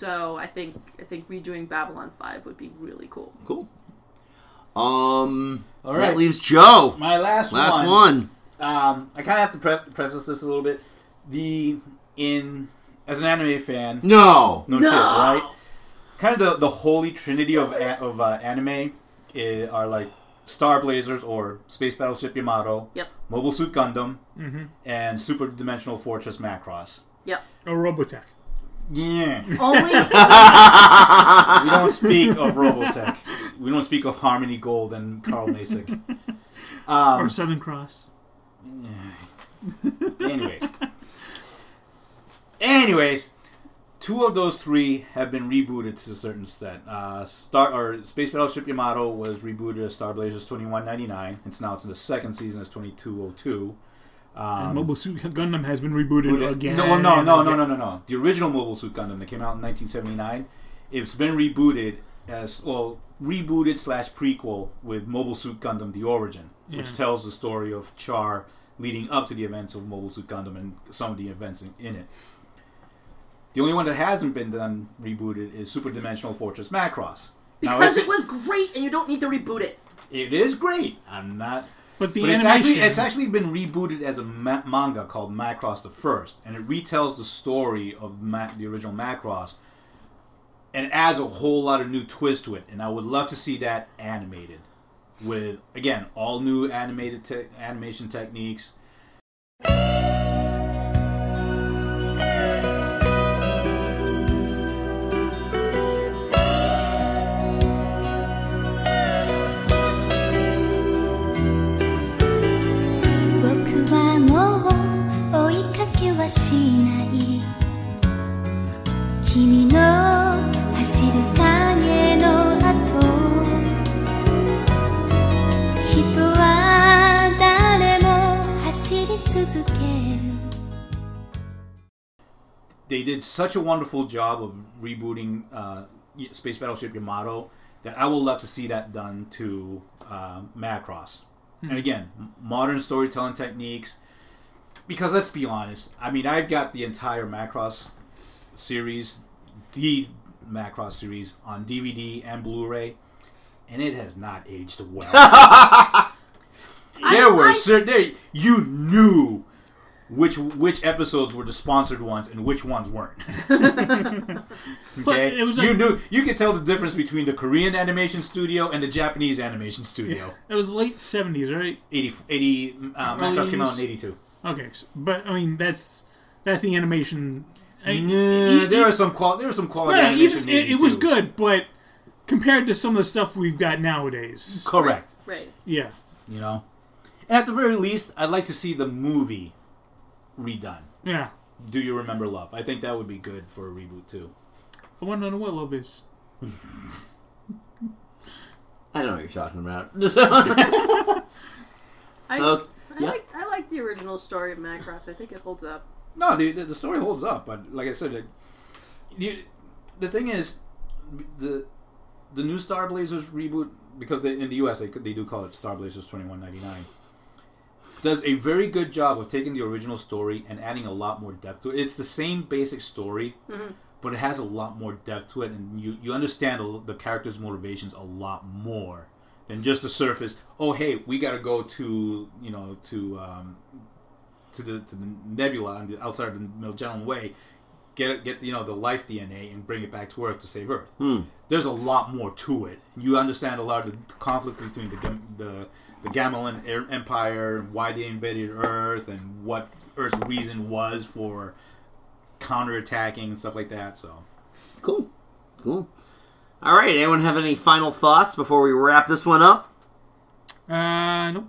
E: So I think I think redoing Babylon five would be really cool.
C: Cool. Um.
D: All
C: That
D: right.
C: leaves Joe.
D: My last
C: Last
D: one.
C: one.
D: Um, I kind of have to pre- preface this a little bit. The in as an anime fan.
C: No.
D: No,
C: No.
D: shit, right? Kind of the, the holy trinity of a- of uh, anime i are like Star Blazers or Space Battleship Yamato.
E: Yep.
D: Mobile Suit Gundam.
F: Mhm.
D: And Super Dimensional Fortress Macross.
E: Yep.
F: Or Robotech.
D: Yeah.
E: Only.
D: we don't speak of Robotech. we don't speak of Harmony Gold and Carl Masick. Um,
F: or Southern Cross.
D: anyways. Anyways, two of those three have been rebooted to a certain extent. Uh, Star or Space Battleship Yamato was rebooted as Star Blazers twenty one ninety nine, and now it's in the second season as twenty two oh two.
F: and Mobile Suit Gundam has been rebooted
D: Rebooted-
F: again.
D: No, well, no, no, no, no, no, no. The original Mobile Suit Gundam that came out in 1979, it's been rebooted as well, rebooted slash prequel with Mobile Suit Gundam: The Origin,
F: Yeah.
D: which tells the story of Char leading up to the events of Mobile Suit Gundam and some of the events in, in it. The only one that hasn't been done rebooted is Super Dimensional Fortress Macross. Now,
E: Because
D: it's-
E: it was great, and you don't need to reboot it.
D: it is great. I'm not.
F: But the
D: it's
F: animation-
D: actually it's actually been rebooted as a ma- manga called Macross the First, and it retells the story of Ma- the original Macross, and adds a whole lot of new twist to it. And I would love to see that animated, with again all new animated te- animation techniques.
U: 僕はもう追いかけはしない君の走る影の後人は誰も走り続ける
D: they did such a wonderful job of rebooting uh, Y- Space Battleship Yamato that I would love to see that done to um Macross.
Q: Hmm.
D: And again, m- modern storytelling techniques. Because let's be honest, I mean, I've got the entire Macross series, the Macross series on DVD and Blu-ray, and it has not aged well. there were cer- there you knew which which episodes were the sponsored ones and which ones weren't. okay,
F: it was
D: you
F: like-
D: knew you could tell the difference between the Korean animation studio and the Japanese animation studio.
F: It was late 70s, right?
D: 80, 80 uh, Macross came out in
F: Early
D: 82.
F: Okay, so, but I mean that's that's the animation. I-
D: Yeah,
F: e- e-
D: there are some qual- there are some quality
F: Yeah,
D: animation
F: even-
D: in
F: it, it was good, but compared to some of the stuff we've got nowadays,
D: Correct.
E: Right.
F: Yeah.
D: You know, and at the very least, I'd like to see the movie redone.
F: Yeah.
D: Do you remember Love? I think that would be good for a reboot too.
F: I want to know what love is.
C: I don't know what you're talking about.
E: I,
D: Okay,
E: I,
D: yeah.
E: like, I like the original story of Macross. I think it holds up.
D: No, the, the, the story holds up, but like I said, it, the, the thing is, the the new Star Blazers reboot because they, in the U.S. they they do call it Star Blazers twenty one ninety nine. Does a very good job of taking the original story and adding a lot more depth to it. It's the same basic story,
Q: Mhm.
D: but it has a lot more depth to it, and you you understand the, the characters' motivations a lot more than just the surface. Oh, hey, we got to go to you know to um, to the to the nebula on the outside of the Magellan Way, get it- get you know the life DNA and bring it back to Earth to save Earth.
C: Hmm.
D: There's a lot more to it. You understand a lot of the conflict between the Gam- the the Gamelan Air- Empire and why they invaded Earth and what Earth's reason was for counterattacking and stuff like that. So
C: cool, cool. All right, anyone have any final thoughts before we wrap this one up?
F: Uh, nope.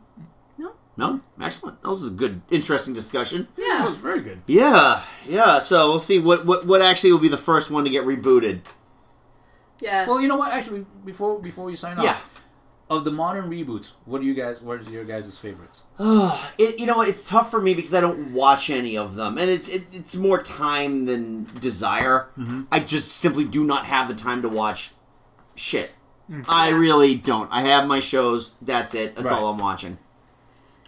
C: No, excellent. That was a good, interesting discussion.
E: Yeah,
D: that was very good.
C: Yeah, yeah. So we'll see what what, what actually will be the first one to get rebooted.
E: Yeah.
D: Well, you know what? Actually, before before you sign off,
C: Yeah.
D: of the modern reboots, what do you guys? What are your guys' favorites?
C: it, you know what? It's tough for me because I don't watch any of them, and it's it, it's more time than desire.
D: Mhm.
C: I just simply do not have the time to watch shit.
F: Mm.
C: I really don't. I have my shows. That's it. That's all I'm watching.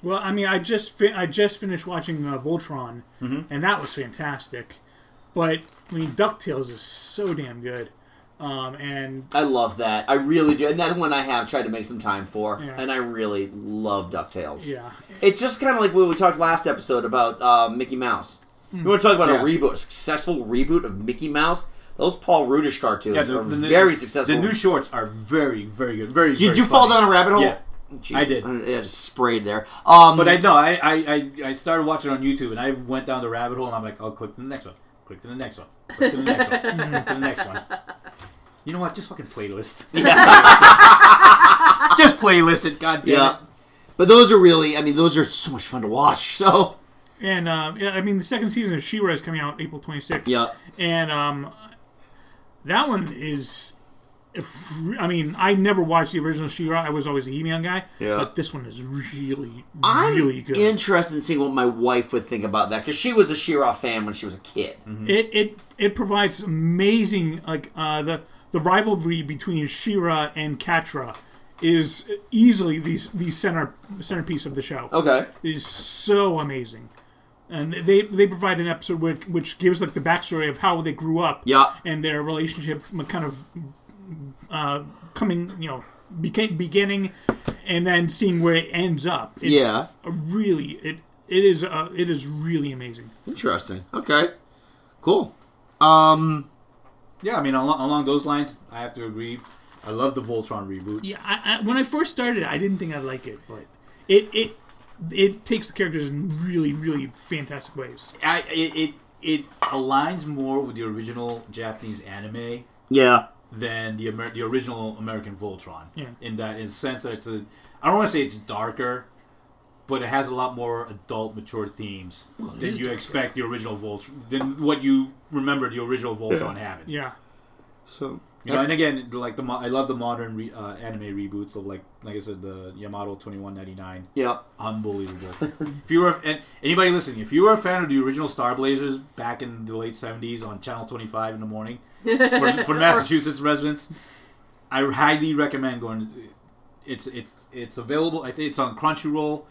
F: Well, I mean, I just fi- I just finished watching uh, Voltron,
D: Mm-hmm.
F: and that was fantastic. But I mean, Ducktales is so damn good, um, and
C: I love that. I really do, and that one I have tried to make some time for,
F: Yeah.
C: and I really love Ducktales.
F: yeah,
C: It's just kind of like when we talked last episode about uh, Mickey Mouse.
F: Mm.
C: You want to talk about
D: Yeah.
C: a reboot, a successful reboot of Mickey Mouse? Those Paul Rudish cartoons
D: Yeah, the-
C: are
D: the new-
C: very successful.
D: The new shorts are very, very good. Very.
C: Did
D: very
C: you fall
D: funny.
C: down a rabbit hole?
D: Yeah,
C: Jesus,
D: I did.
C: I, I just sprayed there. Um,
D: but I know I, I I I started watching on YouTube and I went down the rabbit hole and I'm like, I'll click to the next one, click to the next one, click to the next one, click to the next one. You know what? Just fucking playlist.
C: Just playlist it, God
D: damn it.
C: But those are really, I mean, those are so much fun to watch. So
F: And uh, yeah, I mean, the second season of She-Ra is coming out April 26th.
C: Yeah.
F: And um, that one is, I mean, I never watched the original She-Ra. I was always a He-Man guy.
C: Yeah.
F: But this one is really,
C: I'm
F: really good.
C: interested in seeing what my wife would think about that because she was a She-Ra fan when she was a kid.
D: Mm-hmm.
F: It it it provides amazing like uh, the the rivalry between Shira and Katra is easily the the center centerpiece of the show.
C: Okay.
F: It is so amazing. And they, they provide an episode which, which gives like the backstory of how they grew up,
C: Yeah.
F: and their relationship kind of uh, coming, you know, beca- beginning, and then seeing where it ends up. It's
C: Yeah.
F: a really it it is uh, it is really amazing.
C: Interesting. Okay. Cool. Um,
D: yeah, I mean, along, along those lines, I have to agree. I love the Voltron reboot.
F: Yeah, I, I, when I first started, I didn't think I'd like it, but it it it takes the characters in really really fantastic ways.
D: I, it, it it aligns more with the original Japanese anime.
C: Yeah.
D: Than the Amer- the original American Voltron.
F: Yeah.
D: In that, in the sense that it's a, I don't want to say it's darker, but it has a lot more adult, mature themes
F: it
D: than
F: is
D: you
F: darker.
D: expect the original Voltron than what you remember the original Voltron having.
F: Yeah.
C: So
D: You know, and again, like the mo- I love the modern re- uh, anime reboots of like like I said the Yamato twenty one ninety nine.
C: Yeah,
D: unbelievable. if you were and anybody listening, if you were a fan of the original Star Blazers back in the late seventies on Channel twenty five in the morning for, for Massachusetts residents, I highly recommend going. It's it's it's available. I think it's on Crunchyroll.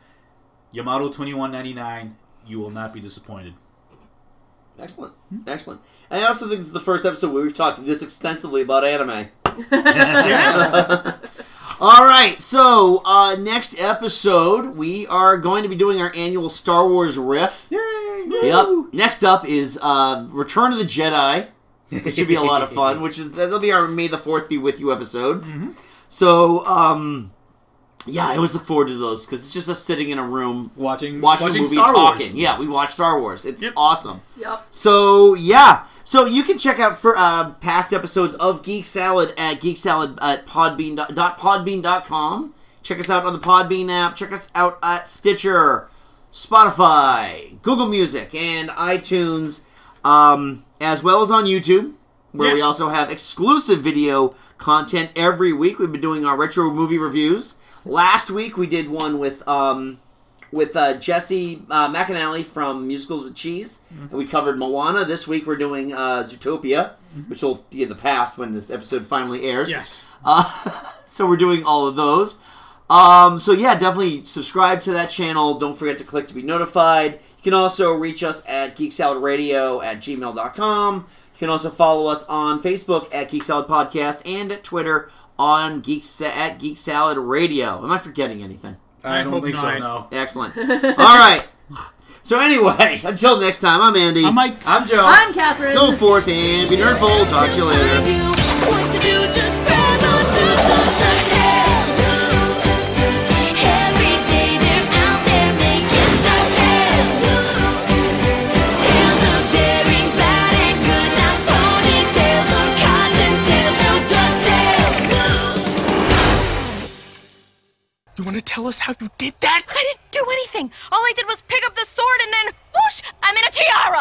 D: Yamato twenty one ninety nine. You will not be disappointed.
C: Excellent. Excellent. And I also think this is the first episode where we've talked this extensively about anime. All right, so uh, next episode we are going to be doing our annual Star Wars riff. Yay! Yep. Next up is uh, Return of the Jedi, which should be a lot of fun. Which is that'll be our May the Fourth be with you episode.
F: Mhm.
C: So, um, yeah, I always look forward to those because it's just us sitting in a room
D: watching
C: watching,
D: watching
C: a movie
D: Star
C: and
D: Wars.
C: talking. Yeah, we watch Star Wars. It's awesome.
E: Yep.
C: So yeah, so you can check out for uh, past episodes of Geek Salad at geeksalad at podbean dot- dot podbean dot com. Check us out on the Podbean app. Check us out at Stitcher, Spotify, Google Music, and iTunes, um, as well as on YouTube, where we also have exclusive video content every week. We've been doing our retro movie reviews. Last week we did one with um, with uh, Jesse uh, McAnally from Musicals with Cheese, and we covered Moana. This week we're doing uh, Zootopia, which will be in the past when this episode finally airs.
F: Yes.
C: Uh, so we're doing all of those. Um, so yeah, definitely subscribe to that channel. Don't forget to click to be notified. You can also reach us at geeksaladradio at gmail.com. You can also follow us on Facebook at Geek Salad Podcast and at Twitter on Geek Sa- at Geek Salad Radio. Am I forgetting anything?
D: I I don't hope think so, not. no.
C: Excellent. all right. So anyway, until next time, I'm Andy. I'm
F: Mike.
C: I'm Joe.
E: I'm Catherine.
C: Go forth and be nerdful. Talk to you later.
B: Every day they're out there making duck tales. Tales of daring, bad and good, not phony tales or cotton tales, no duck tales.
A: You want to tell us how you did that?
V: I didn't do anything. All I did was pick up the sword and then whoosh, I'm in a tiara.